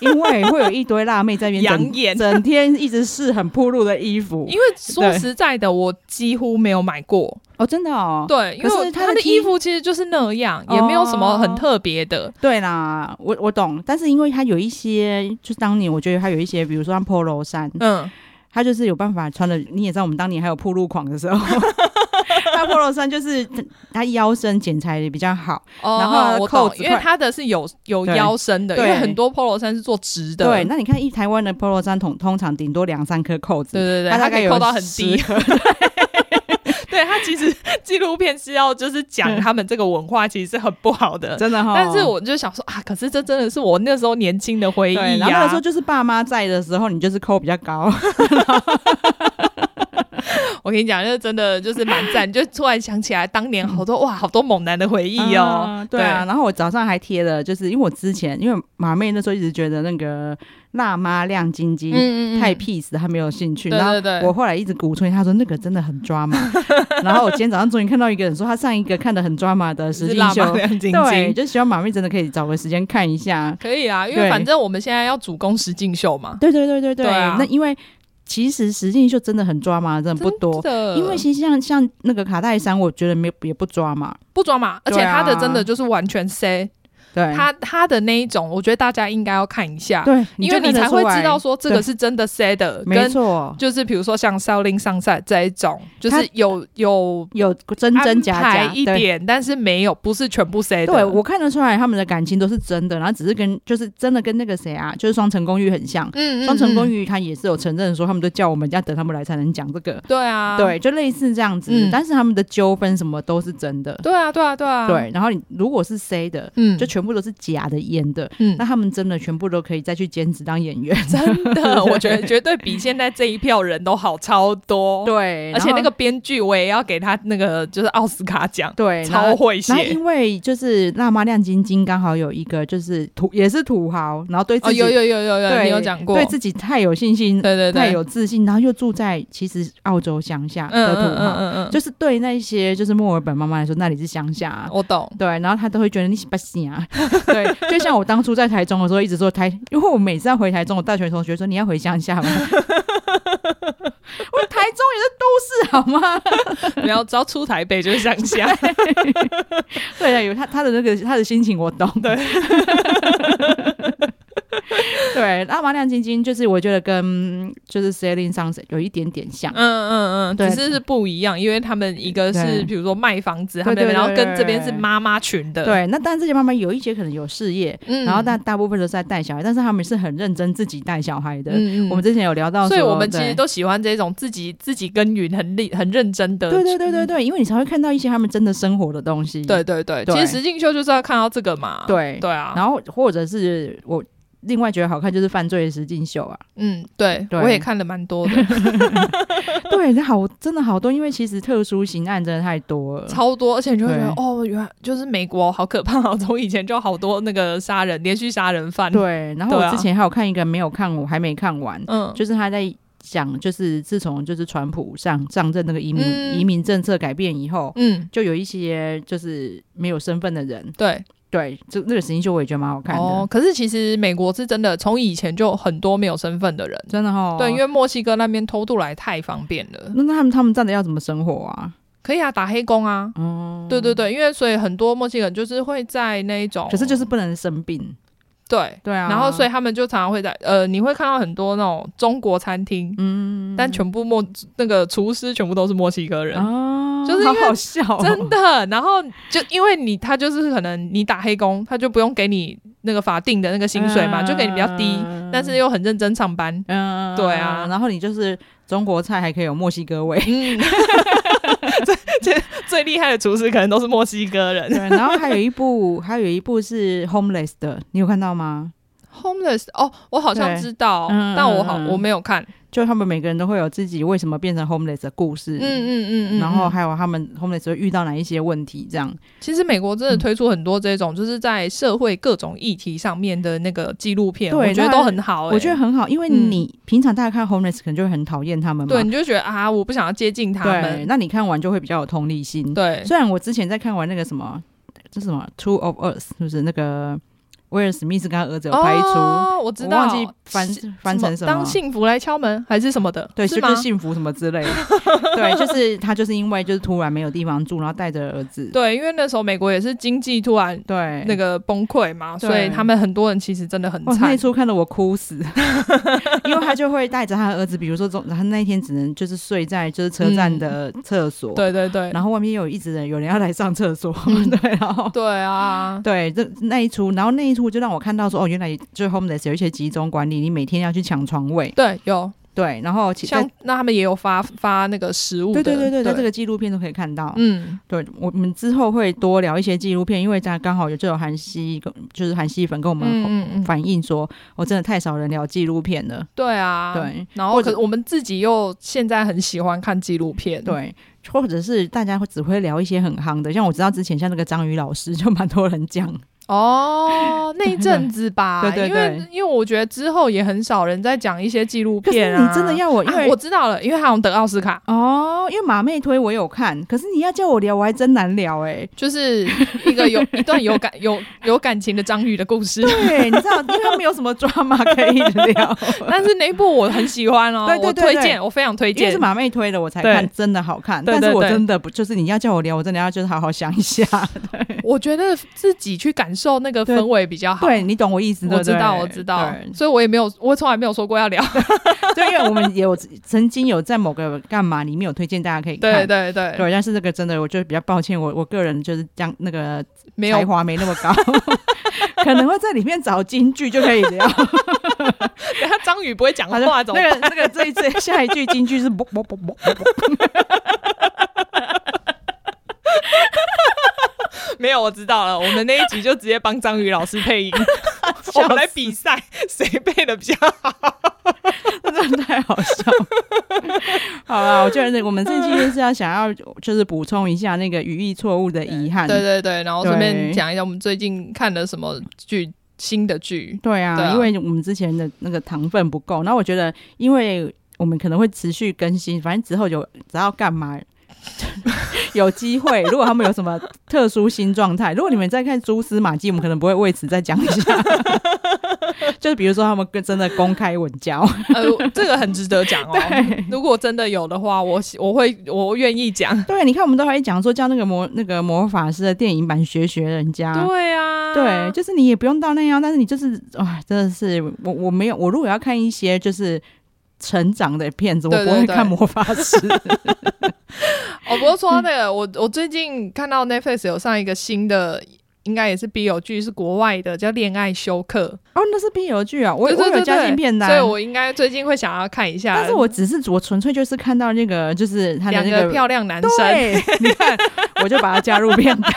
Speaker 2: 因为会有一堆辣妹在那边
Speaker 1: 养
Speaker 2: 整
Speaker 1: 眼
Speaker 2: 整天一直试很暴露的衣服
Speaker 1: [LAUGHS] 因。为说实在的，我几乎没有买过。
Speaker 2: 哦，真的哦，
Speaker 1: 对，因
Speaker 2: 可
Speaker 1: 为
Speaker 2: 是他
Speaker 1: 他
Speaker 2: 的
Speaker 1: 的
Speaker 2: T- 哦
Speaker 1: 衣服其实就是那样，也没有什么很特别的。
Speaker 2: 对啦，我我懂，但是因为他有一些，就是当年我觉得他有一些，比如说像 polo 衫，
Speaker 1: 嗯，
Speaker 2: 他就是有办法穿的。你也知道，我们当年还有铺路狂的时候，
Speaker 1: [LAUGHS]
Speaker 2: 他 polo 衫就是他腰身剪裁也比较好，
Speaker 1: 哦
Speaker 2: 然后
Speaker 1: 哦我
Speaker 2: 扣
Speaker 1: 懂
Speaker 2: 子，
Speaker 1: 因为
Speaker 2: 快
Speaker 1: 它的是有有
Speaker 2: 对
Speaker 1: 腰身的，因为
Speaker 2: 对
Speaker 1: 很多 polo 衫是做直的，
Speaker 2: 对。那你看一台湾的 polo 衫通通常顶多两三颗扣子，
Speaker 1: 对对对，
Speaker 2: 它
Speaker 1: 它
Speaker 2: 大
Speaker 1: 可
Speaker 2: 概
Speaker 1: 以
Speaker 2: 有
Speaker 1: 扣到
Speaker 2: [LAUGHS]
Speaker 1: 很低
Speaker 2: 10。
Speaker 1: [LAUGHS] 对它其实 [LAUGHS] 纪录片是要就是讲
Speaker 2: 嗯
Speaker 1: 他们这个文化其实是很不好的，
Speaker 2: 真的哈。哦
Speaker 1: 但是我就想说啊，可是这真的是我那时候年轻的回忆
Speaker 2: 对，然
Speaker 1: 呀、
Speaker 2: 后那个时候就是爸妈在的时候，你就是扣比较高，
Speaker 1: 我跟你讲，这真的就是蛮赞，就突然想起来当年好
Speaker 2: 嗯
Speaker 1: 多哇，好多猛男的回忆
Speaker 2: [LAUGHS]
Speaker 1: 哦。
Speaker 2: 啊对啊，然后我早上还贴了，就是因为我之前因为马妹那时候一直觉得那个辣妈亮晶晶。
Speaker 1: 嗯
Speaker 2: 太 peace，她没有兴趣。
Speaker 1: 对
Speaker 2: 然后
Speaker 1: 对对
Speaker 2: 我后来一直鼓吹她说那个真的很抓
Speaker 1: [LAUGHS]
Speaker 2: 马。然后我今天早上终于看到一个人说他上一个看的很抓马的实
Speaker 1: 是
Speaker 2: 境
Speaker 1: 辣
Speaker 2: 秀
Speaker 1: 妈，亮晶
Speaker 2: 对，
Speaker 1: 晶。
Speaker 2: 就希望马妹真的可以找个时间看一下。
Speaker 1: 可以啊，因为
Speaker 2: 对
Speaker 1: 反正我们现在要主攻实境秀嘛，
Speaker 2: 对对对对对，
Speaker 1: 对啊
Speaker 2: 那因为其实实境秀真的很抓马，真的不多。
Speaker 1: 真的
Speaker 2: 因为其实像像那个卡戴珊，我觉得没有也不抓马。
Speaker 1: 不装嘛，而且
Speaker 2: 对啊
Speaker 1: 他的真的就是完全塞，
Speaker 2: 对，
Speaker 1: 他他的那一种，我觉得大家应该要看一下，
Speaker 2: 对，
Speaker 1: 因
Speaker 2: 就
Speaker 1: 为
Speaker 2: 看
Speaker 1: 你
Speaker 2: 得
Speaker 1: 才会
Speaker 2: 出来
Speaker 1: 知道，说这个是真的塞的，
Speaker 2: 没
Speaker 1: 跟
Speaker 2: 错，
Speaker 1: 就是比如说像 Selling 上赛这一种，就是有有
Speaker 2: 有真真假假
Speaker 1: 安排一
Speaker 2: 对
Speaker 1: 点，但是没有不是全部塞的。
Speaker 2: 对我看得出来，他们的感情都是真的，然后只是跟就是真的跟那个谁啊，就是《双城公寓》很像。
Speaker 1: 嗯，嗯
Speaker 2: 双城公
Speaker 1: 嗯
Speaker 2: 寓》他也是有承认说，他们都叫我们要等他们来才能讲这个，
Speaker 1: 对啊，
Speaker 2: 对，就类似这样子。
Speaker 1: 嗯
Speaker 2: 但是他们的纠纷什么都是真的，
Speaker 1: 对啊，对啊，对啊，
Speaker 2: 对。然后你如果是 C 的，
Speaker 1: 嗯，
Speaker 2: 就全全部都是假的演的，
Speaker 1: 嗯 [LAUGHS]
Speaker 2: 那，他 [LAUGHS] 们真的全部都可以再去兼职当演员。
Speaker 1: 真的，我觉得绝对比现在这一票人都好超多。，
Speaker 2: 对
Speaker 1: 哦而且
Speaker 2: 然后
Speaker 1: 那个编剧我也要给他那个就是奥斯卡奖，
Speaker 2: 对然
Speaker 1: 超
Speaker 2: 后
Speaker 1: 会
Speaker 2: 然后
Speaker 1: 写。
Speaker 2: 因为就是辣妈亮晶晶刚好有一个就是土也是土豪，然后对
Speaker 1: 哦，
Speaker 2: 自己、
Speaker 1: 有有有有有，
Speaker 2: 对
Speaker 1: 你有讲过，
Speaker 2: 对自己太有信心，
Speaker 1: 对对
Speaker 2: 太
Speaker 1: 对，
Speaker 2: 有自信，然后又住在其实澳洲乡下的土豪，
Speaker 1: 嗯
Speaker 2: 就是对那些就是墨尔本妈妈来说，那里是乡下、啊。
Speaker 1: 我 [LAUGHS] 懂。
Speaker 2: 对，然后她都会觉得你是不行啊。 [LAUGHS] 对，就像我当初在台中的时候，一直说台， [LAUGHS] 因为我每次要回台中，我大学同学说你要回乡下吗？我 [LAUGHS] 说台中也是都市好吗？
Speaker 1: 然后只要出台北就是乡下，
Speaker 2: 对啊，有他他的那个他的心情我懂。对， [LAUGHS] 对，那麻亮晶晶就是我觉得跟就是 Selling Sunset 有一点点像
Speaker 1: [LAUGHS] 嗯。嗯嗯，
Speaker 2: 对
Speaker 1: 只是是不一样，因为他们一个是
Speaker 2: 对
Speaker 1: 比如说卖房子，他
Speaker 2: 对对
Speaker 1: 们
Speaker 2: 对
Speaker 1: 然后跟
Speaker 2: 对
Speaker 1: 这边是妈妈群的，，
Speaker 2: 对，那但这些妈妈有一些可能有事业，
Speaker 1: 嗯
Speaker 2: 然后但大部分都是在带小孩，但是他们是很认真自己带小孩的。
Speaker 1: 嗯
Speaker 2: 我们之前有聊到说，
Speaker 1: 所以我们其实
Speaker 2: 对
Speaker 1: 都喜欢这种自己自己耕耘很厉很认真的，
Speaker 2: 对对对对对，因为你才会看到一些他们真的生活的东西。
Speaker 1: 对对对，
Speaker 2: 对
Speaker 1: 其实实境秀就是要看到这个嘛，
Speaker 2: 对
Speaker 1: 对啊，
Speaker 2: 然后或者是我另外觉得好看就是犯罪的实境
Speaker 1: [LAUGHS]
Speaker 2: 秀啊，
Speaker 1: 嗯，对，
Speaker 2: 对
Speaker 1: 我也看了蛮多的，
Speaker 2: 对，那好真的好多，因为其实特殊刑案真的太多了。
Speaker 1: 超多，而且你就会觉得
Speaker 2: 对
Speaker 1: 哦，原来就是美国好可怕哦，从以前就好多那个杀人连续杀人犯，，
Speaker 2: 对，然后我
Speaker 1: 对啊
Speaker 2: 之前还有看一个没有看，我还没看完，
Speaker 1: 嗯，
Speaker 2: 就是他在讲，就是自从就是川普上上任那个移民、
Speaker 1: 嗯
Speaker 2: 移民政策改变以后，
Speaker 1: 嗯，
Speaker 2: 就有一些就是没有身份的人，
Speaker 1: 对，
Speaker 2: 对，就那个实境秀我也觉得蛮好看的，
Speaker 1: 哦，可是其实美国是真的从以前就很多没有身份的人，
Speaker 2: 真的哦。
Speaker 1: 对，因为墨西哥那边偷渡来太方便了，
Speaker 2: 那那他们他们到底要怎么生活啊？
Speaker 1: 可以啊，打黑工啊，
Speaker 2: 哦、
Speaker 1: 对对对，因为所以很多墨西哥人就是会在那一种，
Speaker 2: 可是就是不能生病，
Speaker 1: 对。
Speaker 2: 对啊。
Speaker 1: 然后，所以他们就常常会在呃，你会看到很多那种中国餐厅，
Speaker 2: 嗯，
Speaker 1: 但全部墨那个厨师全部都是墨西哥人，
Speaker 2: 哦，
Speaker 1: 就是因
Speaker 2: 好
Speaker 1: 为
Speaker 2: 好笑哦、
Speaker 1: 真的。然后就因为你他就是可能你打黑工，他就不用给你那个法定的那个薪水嘛，就给你比较低，
Speaker 2: 嗯
Speaker 1: 但是又很认真上班。
Speaker 2: 嗯，
Speaker 1: 对啊
Speaker 2: 然后你就是中国菜还可以有墨西哥味，
Speaker 1: 嗯， [LAUGHS] 最最最厉害的厨师可能都是墨西哥人。
Speaker 2: [LAUGHS] 对，然后还有一部，还有一部是 Homeless 的，你有看到吗？
Speaker 1: Homeless 哦，我好像
Speaker 2: 对
Speaker 1: 知道，
Speaker 2: 嗯
Speaker 1: 但我好
Speaker 2: 嗯嗯
Speaker 1: 我没有看。
Speaker 2: 就他们每个人都会有自己为什么变成 homeless 的故事，
Speaker 1: 嗯嗯嗯嗯。
Speaker 2: 然后
Speaker 1: 嗯
Speaker 2: 还有他们 homeless 会遇到哪一些问题，这样。
Speaker 1: 其实美国真的推出很多这种，就是在社会各种议题上面的那个纪录片，
Speaker 2: 对
Speaker 1: 我觉得都很好、欸。
Speaker 2: 我觉得很好，因为
Speaker 1: 嗯
Speaker 2: 你平常大家看 homeless 可能就会很讨厌他们嘛，
Speaker 1: 对，你就觉得啊，我不想要接近他
Speaker 2: 对，
Speaker 1: 们。
Speaker 2: 那你看完就会比较有同理心。
Speaker 1: 对，
Speaker 2: 虽然我之前在看完那个什么，这是什么 Two of Us，是不是那个威尔史密斯跟他儿子有拍一出，
Speaker 1: 哦，我知
Speaker 2: 我
Speaker 1: 道，
Speaker 2: 忘记翻翻成什么，
Speaker 1: 当幸福来敲门还是什么的，
Speaker 2: 对，
Speaker 1: 是
Speaker 2: 就
Speaker 1: 吗
Speaker 2: 是？幸福什么之
Speaker 1: [LAUGHS]
Speaker 2: 类的。对，就是他就是因为就是突然没有地方住，然后带着儿子。
Speaker 1: 对，因为那时候美国也是经济突然
Speaker 2: 对，
Speaker 1: 那个崩溃嘛，
Speaker 2: 对
Speaker 1: 所以他们很多人其实真的很
Speaker 2: 哇，那
Speaker 1: 惨
Speaker 2: 一。出看得我哭
Speaker 1: [LAUGHS]
Speaker 2: 死，因为他就会带着他的儿子，比如说总他那一天只能就是睡在就是车站的
Speaker 1: 嗯
Speaker 2: 厕所，，
Speaker 1: 对对对，
Speaker 2: 然后外面有一直人有人要来上厕所， [LAUGHS] 对，然后。
Speaker 1: 嗯对啊，
Speaker 2: 对，这那一出，然后那一出就让我看到说，哦，原来就是 homeless 有一些集中管理，你每天要去抢床位，
Speaker 1: 对，有
Speaker 2: 对，然后其在
Speaker 1: 像那他们也有发发那个食物
Speaker 2: 对
Speaker 1: 的，
Speaker 2: 对对对，在这
Speaker 1: 个
Speaker 2: 个纪录片都可以看到，
Speaker 1: 嗯
Speaker 2: 对，我们之后会多聊一些纪录片，因为这样刚好有就有韩熙跟就是韩熙粉跟我
Speaker 1: 嗯
Speaker 2: 们
Speaker 1: 嗯嗯，
Speaker 2: 反映说，我、真的太少人聊纪录片了。
Speaker 1: 对啊，。
Speaker 2: 对
Speaker 1: 然后
Speaker 2: 或者
Speaker 1: 可我们自己又现在很喜欢看纪录片，，
Speaker 2: 对，或者是大家会只会聊一些很夯的，像我知道之前像那个张宇老师就蛮多人讲， [LAUGHS]
Speaker 1: 哦，那一阵子吧，
Speaker 2: 对对对
Speaker 1: 因为因为我觉得之后也很少人在讲一些纪录
Speaker 2: 可
Speaker 1: 片
Speaker 2: 是
Speaker 1: 啊，
Speaker 2: 你真的要我，因
Speaker 1: 啊
Speaker 2: 为、
Speaker 1: 我知道了，因为他好像得奥斯卡，
Speaker 2: 哦，因为马妹推我有看，可是你要叫我聊，我还真难聊哎、
Speaker 1: [LAUGHS] 就是一个有 [LAUGHS] 一段有感有有感情的章鱼的故事。
Speaker 2: 对，你知道，因为他没有什么 drama 可以
Speaker 1: [LAUGHS]
Speaker 2: 聊，
Speaker 1: 但是那一部我很喜欢哦，
Speaker 2: 对对对
Speaker 1: 我推荐，我非常推
Speaker 2: 因为
Speaker 1: 荐
Speaker 2: 是。马妹推的，我才
Speaker 1: 对
Speaker 2: 看，真的好看。
Speaker 1: 对对
Speaker 2: 但是我
Speaker 1: 对
Speaker 2: 真的不，就是你要叫我聊，我真的要就是好好想一下。
Speaker 1: 我觉得自己去感受那个
Speaker 2: 对
Speaker 1: 氛围比较好。
Speaker 2: 对你懂我意思，对
Speaker 1: 我
Speaker 2: 不
Speaker 1: 知
Speaker 2: 对
Speaker 1: 道，我知道，
Speaker 2: 对
Speaker 1: 所以我也没有，我从来没有说过要聊。
Speaker 2: 对，因为我们也有曾经有在某个干嘛里面有推荐大家可以
Speaker 1: 对
Speaker 2: 看。
Speaker 1: 对
Speaker 2: 对，
Speaker 1: 对，
Speaker 2: 但是这个真的，我就比较抱歉，我我个人就是将那个
Speaker 1: [LAUGHS] 没
Speaker 2: 才
Speaker 1: 有，
Speaker 2: 华没那么
Speaker 1: [LAUGHS]
Speaker 2: 高，可能会在里面找金句就可以聊。
Speaker 1: 等下章鱼不会讲
Speaker 2: 他就
Speaker 1: 话，怎么
Speaker 2: 那个那个这一次下一句金句是啵啵啵啵啵啵，
Speaker 1: 办没有，我知道了。我们那一集就直接帮章鱼老师 [LAUGHS] 配音，我们来比赛谁配的比较好。
Speaker 2: 真的太好笑了。 [LAUGHS] 好了，我觉得我们这期就是要想要就是补充一下那个语义错误的遗憾。
Speaker 1: 对对对，然后顺
Speaker 2: 对
Speaker 1: 便讲一下我们最近看了什么剧，新的剧。
Speaker 2: 对啊，
Speaker 1: 对啊
Speaker 2: 因为我们之前的那个糖分不够，那我觉得因为我们可能会持续更新，反正之后有只要干嘛。 [LAUGHS] 有机会，如果他们有什么特殊新状态，如果你们在看蛛丝马迹，我们可能不会为此再讲一下。 [LAUGHS] 就是比如说他们跟真的公开稳交，
Speaker 1: 呃，这个很值得讲 [LAUGHS] 哦。
Speaker 2: 对
Speaker 1: 如果真的有的话，我喜我会我愿意讲。
Speaker 2: 对，你看我们都还讲说叫那个魔那个魔法师的电影版学学人家，
Speaker 1: 对啊，
Speaker 2: 对，就是你也不用到那样，但是你就是啊，真的是我我没有，我如果要看一些就是成长的片子，
Speaker 1: 对
Speaker 2: 我不会
Speaker 1: 对对
Speaker 2: 看魔法师。 [LAUGHS]
Speaker 1: 哦，不过说到那个，我我最近看到 Netflix 有上一个新的。应该也是 BL 剧，是国外的，叫《恋爱休克
Speaker 2: 哦，那是 BL 剧啊，》我
Speaker 1: 对，对
Speaker 2: 我有
Speaker 1: 对
Speaker 2: 加
Speaker 1: 对
Speaker 2: 进片单，
Speaker 1: 所以我应该最近会想要看一下。
Speaker 2: 但是我只是我纯粹就是看到那个就是他的
Speaker 1: 两
Speaker 2: 那
Speaker 1: 个漂亮男生，
Speaker 2: 对，你看，我就把它加入片
Speaker 1: [LAUGHS]
Speaker 2: 单。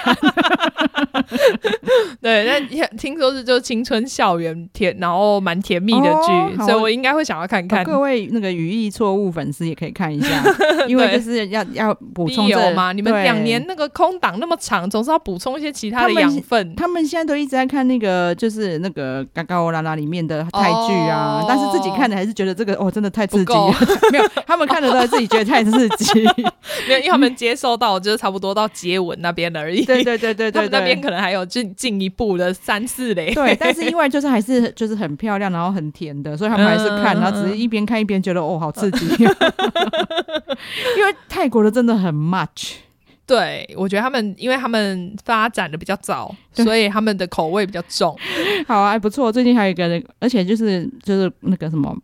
Speaker 1: 对，但也听说是就是青春校园甜，然后蛮甜蜜的剧，
Speaker 2: 哦好
Speaker 1: 所以我应该会想要看
Speaker 2: 哦
Speaker 1: 看。
Speaker 2: 各位那个语义错误粉丝也可以看一
Speaker 1: [LAUGHS]
Speaker 2: 下，因为就是要要补充
Speaker 1: BL
Speaker 2: 这
Speaker 1: 嘛，你们
Speaker 2: 对
Speaker 1: 两年那个空档那么长，总是要补充一些其他的
Speaker 2: 他们
Speaker 1: 养分。
Speaker 2: 他们现在都一直在看那个，就是那个《嘎嘎欧拉拉》里面的泰剧啊，
Speaker 1: 哦
Speaker 2: 但是自己看的还是觉得这个哦，真的太刺
Speaker 1: 不
Speaker 2: 激
Speaker 1: 够
Speaker 2: 了。 [LAUGHS] 没有，他们看的都还自己觉得太刺激。
Speaker 1: 没有，因为他们接受到就是差不多到接吻那边而已。
Speaker 2: 对对对对
Speaker 1: [LAUGHS] 他
Speaker 2: 对
Speaker 1: 们那边
Speaker 2: 对。
Speaker 1: 可能还有进进一步的三四嘞。
Speaker 2: 对，但是因为就是还是就是很漂亮，然后很甜的，所以他们还是看，
Speaker 1: 嗯
Speaker 2: 然后只是一边看一边觉得哦，好刺
Speaker 1: [LAUGHS]
Speaker 2: 激。因为泰国的真的很 much，
Speaker 1: [LAUGHS] 对，我觉得他们因为他们发展的比较早，
Speaker 2: 对
Speaker 1: 所以他们的口味比较重。
Speaker 2: 好啊，还不错。最近还有一个，而且就是就是那个什么。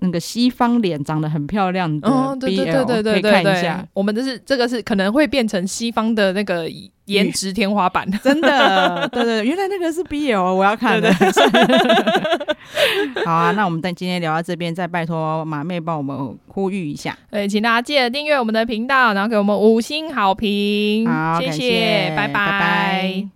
Speaker 2: 那个西方脸长得很漂亮的 BL，、
Speaker 1: 哦，对对对对对
Speaker 2: 可以
Speaker 1: 对
Speaker 2: 看一下
Speaker 1: 对，。我们这是这个是可能会变成西方的那个颜值天花板。 [LAUGHS]
Speaker 2: [LAUGHS] 真的，对对，对原来那个是 BL，我要看的。 [LAUGHS] 好啊，那我们在今天聊到这边，再拜托马妹帮我们呼吁一下。
Speaker 1: 对，请大家记得订阅我们的频道，然后给我们五星好评
Speaker 2: 好，，
Speaker 1: 谢
Speaker 2: 感谢，
Speaker 1: 拜
Speaker 2: 拜拜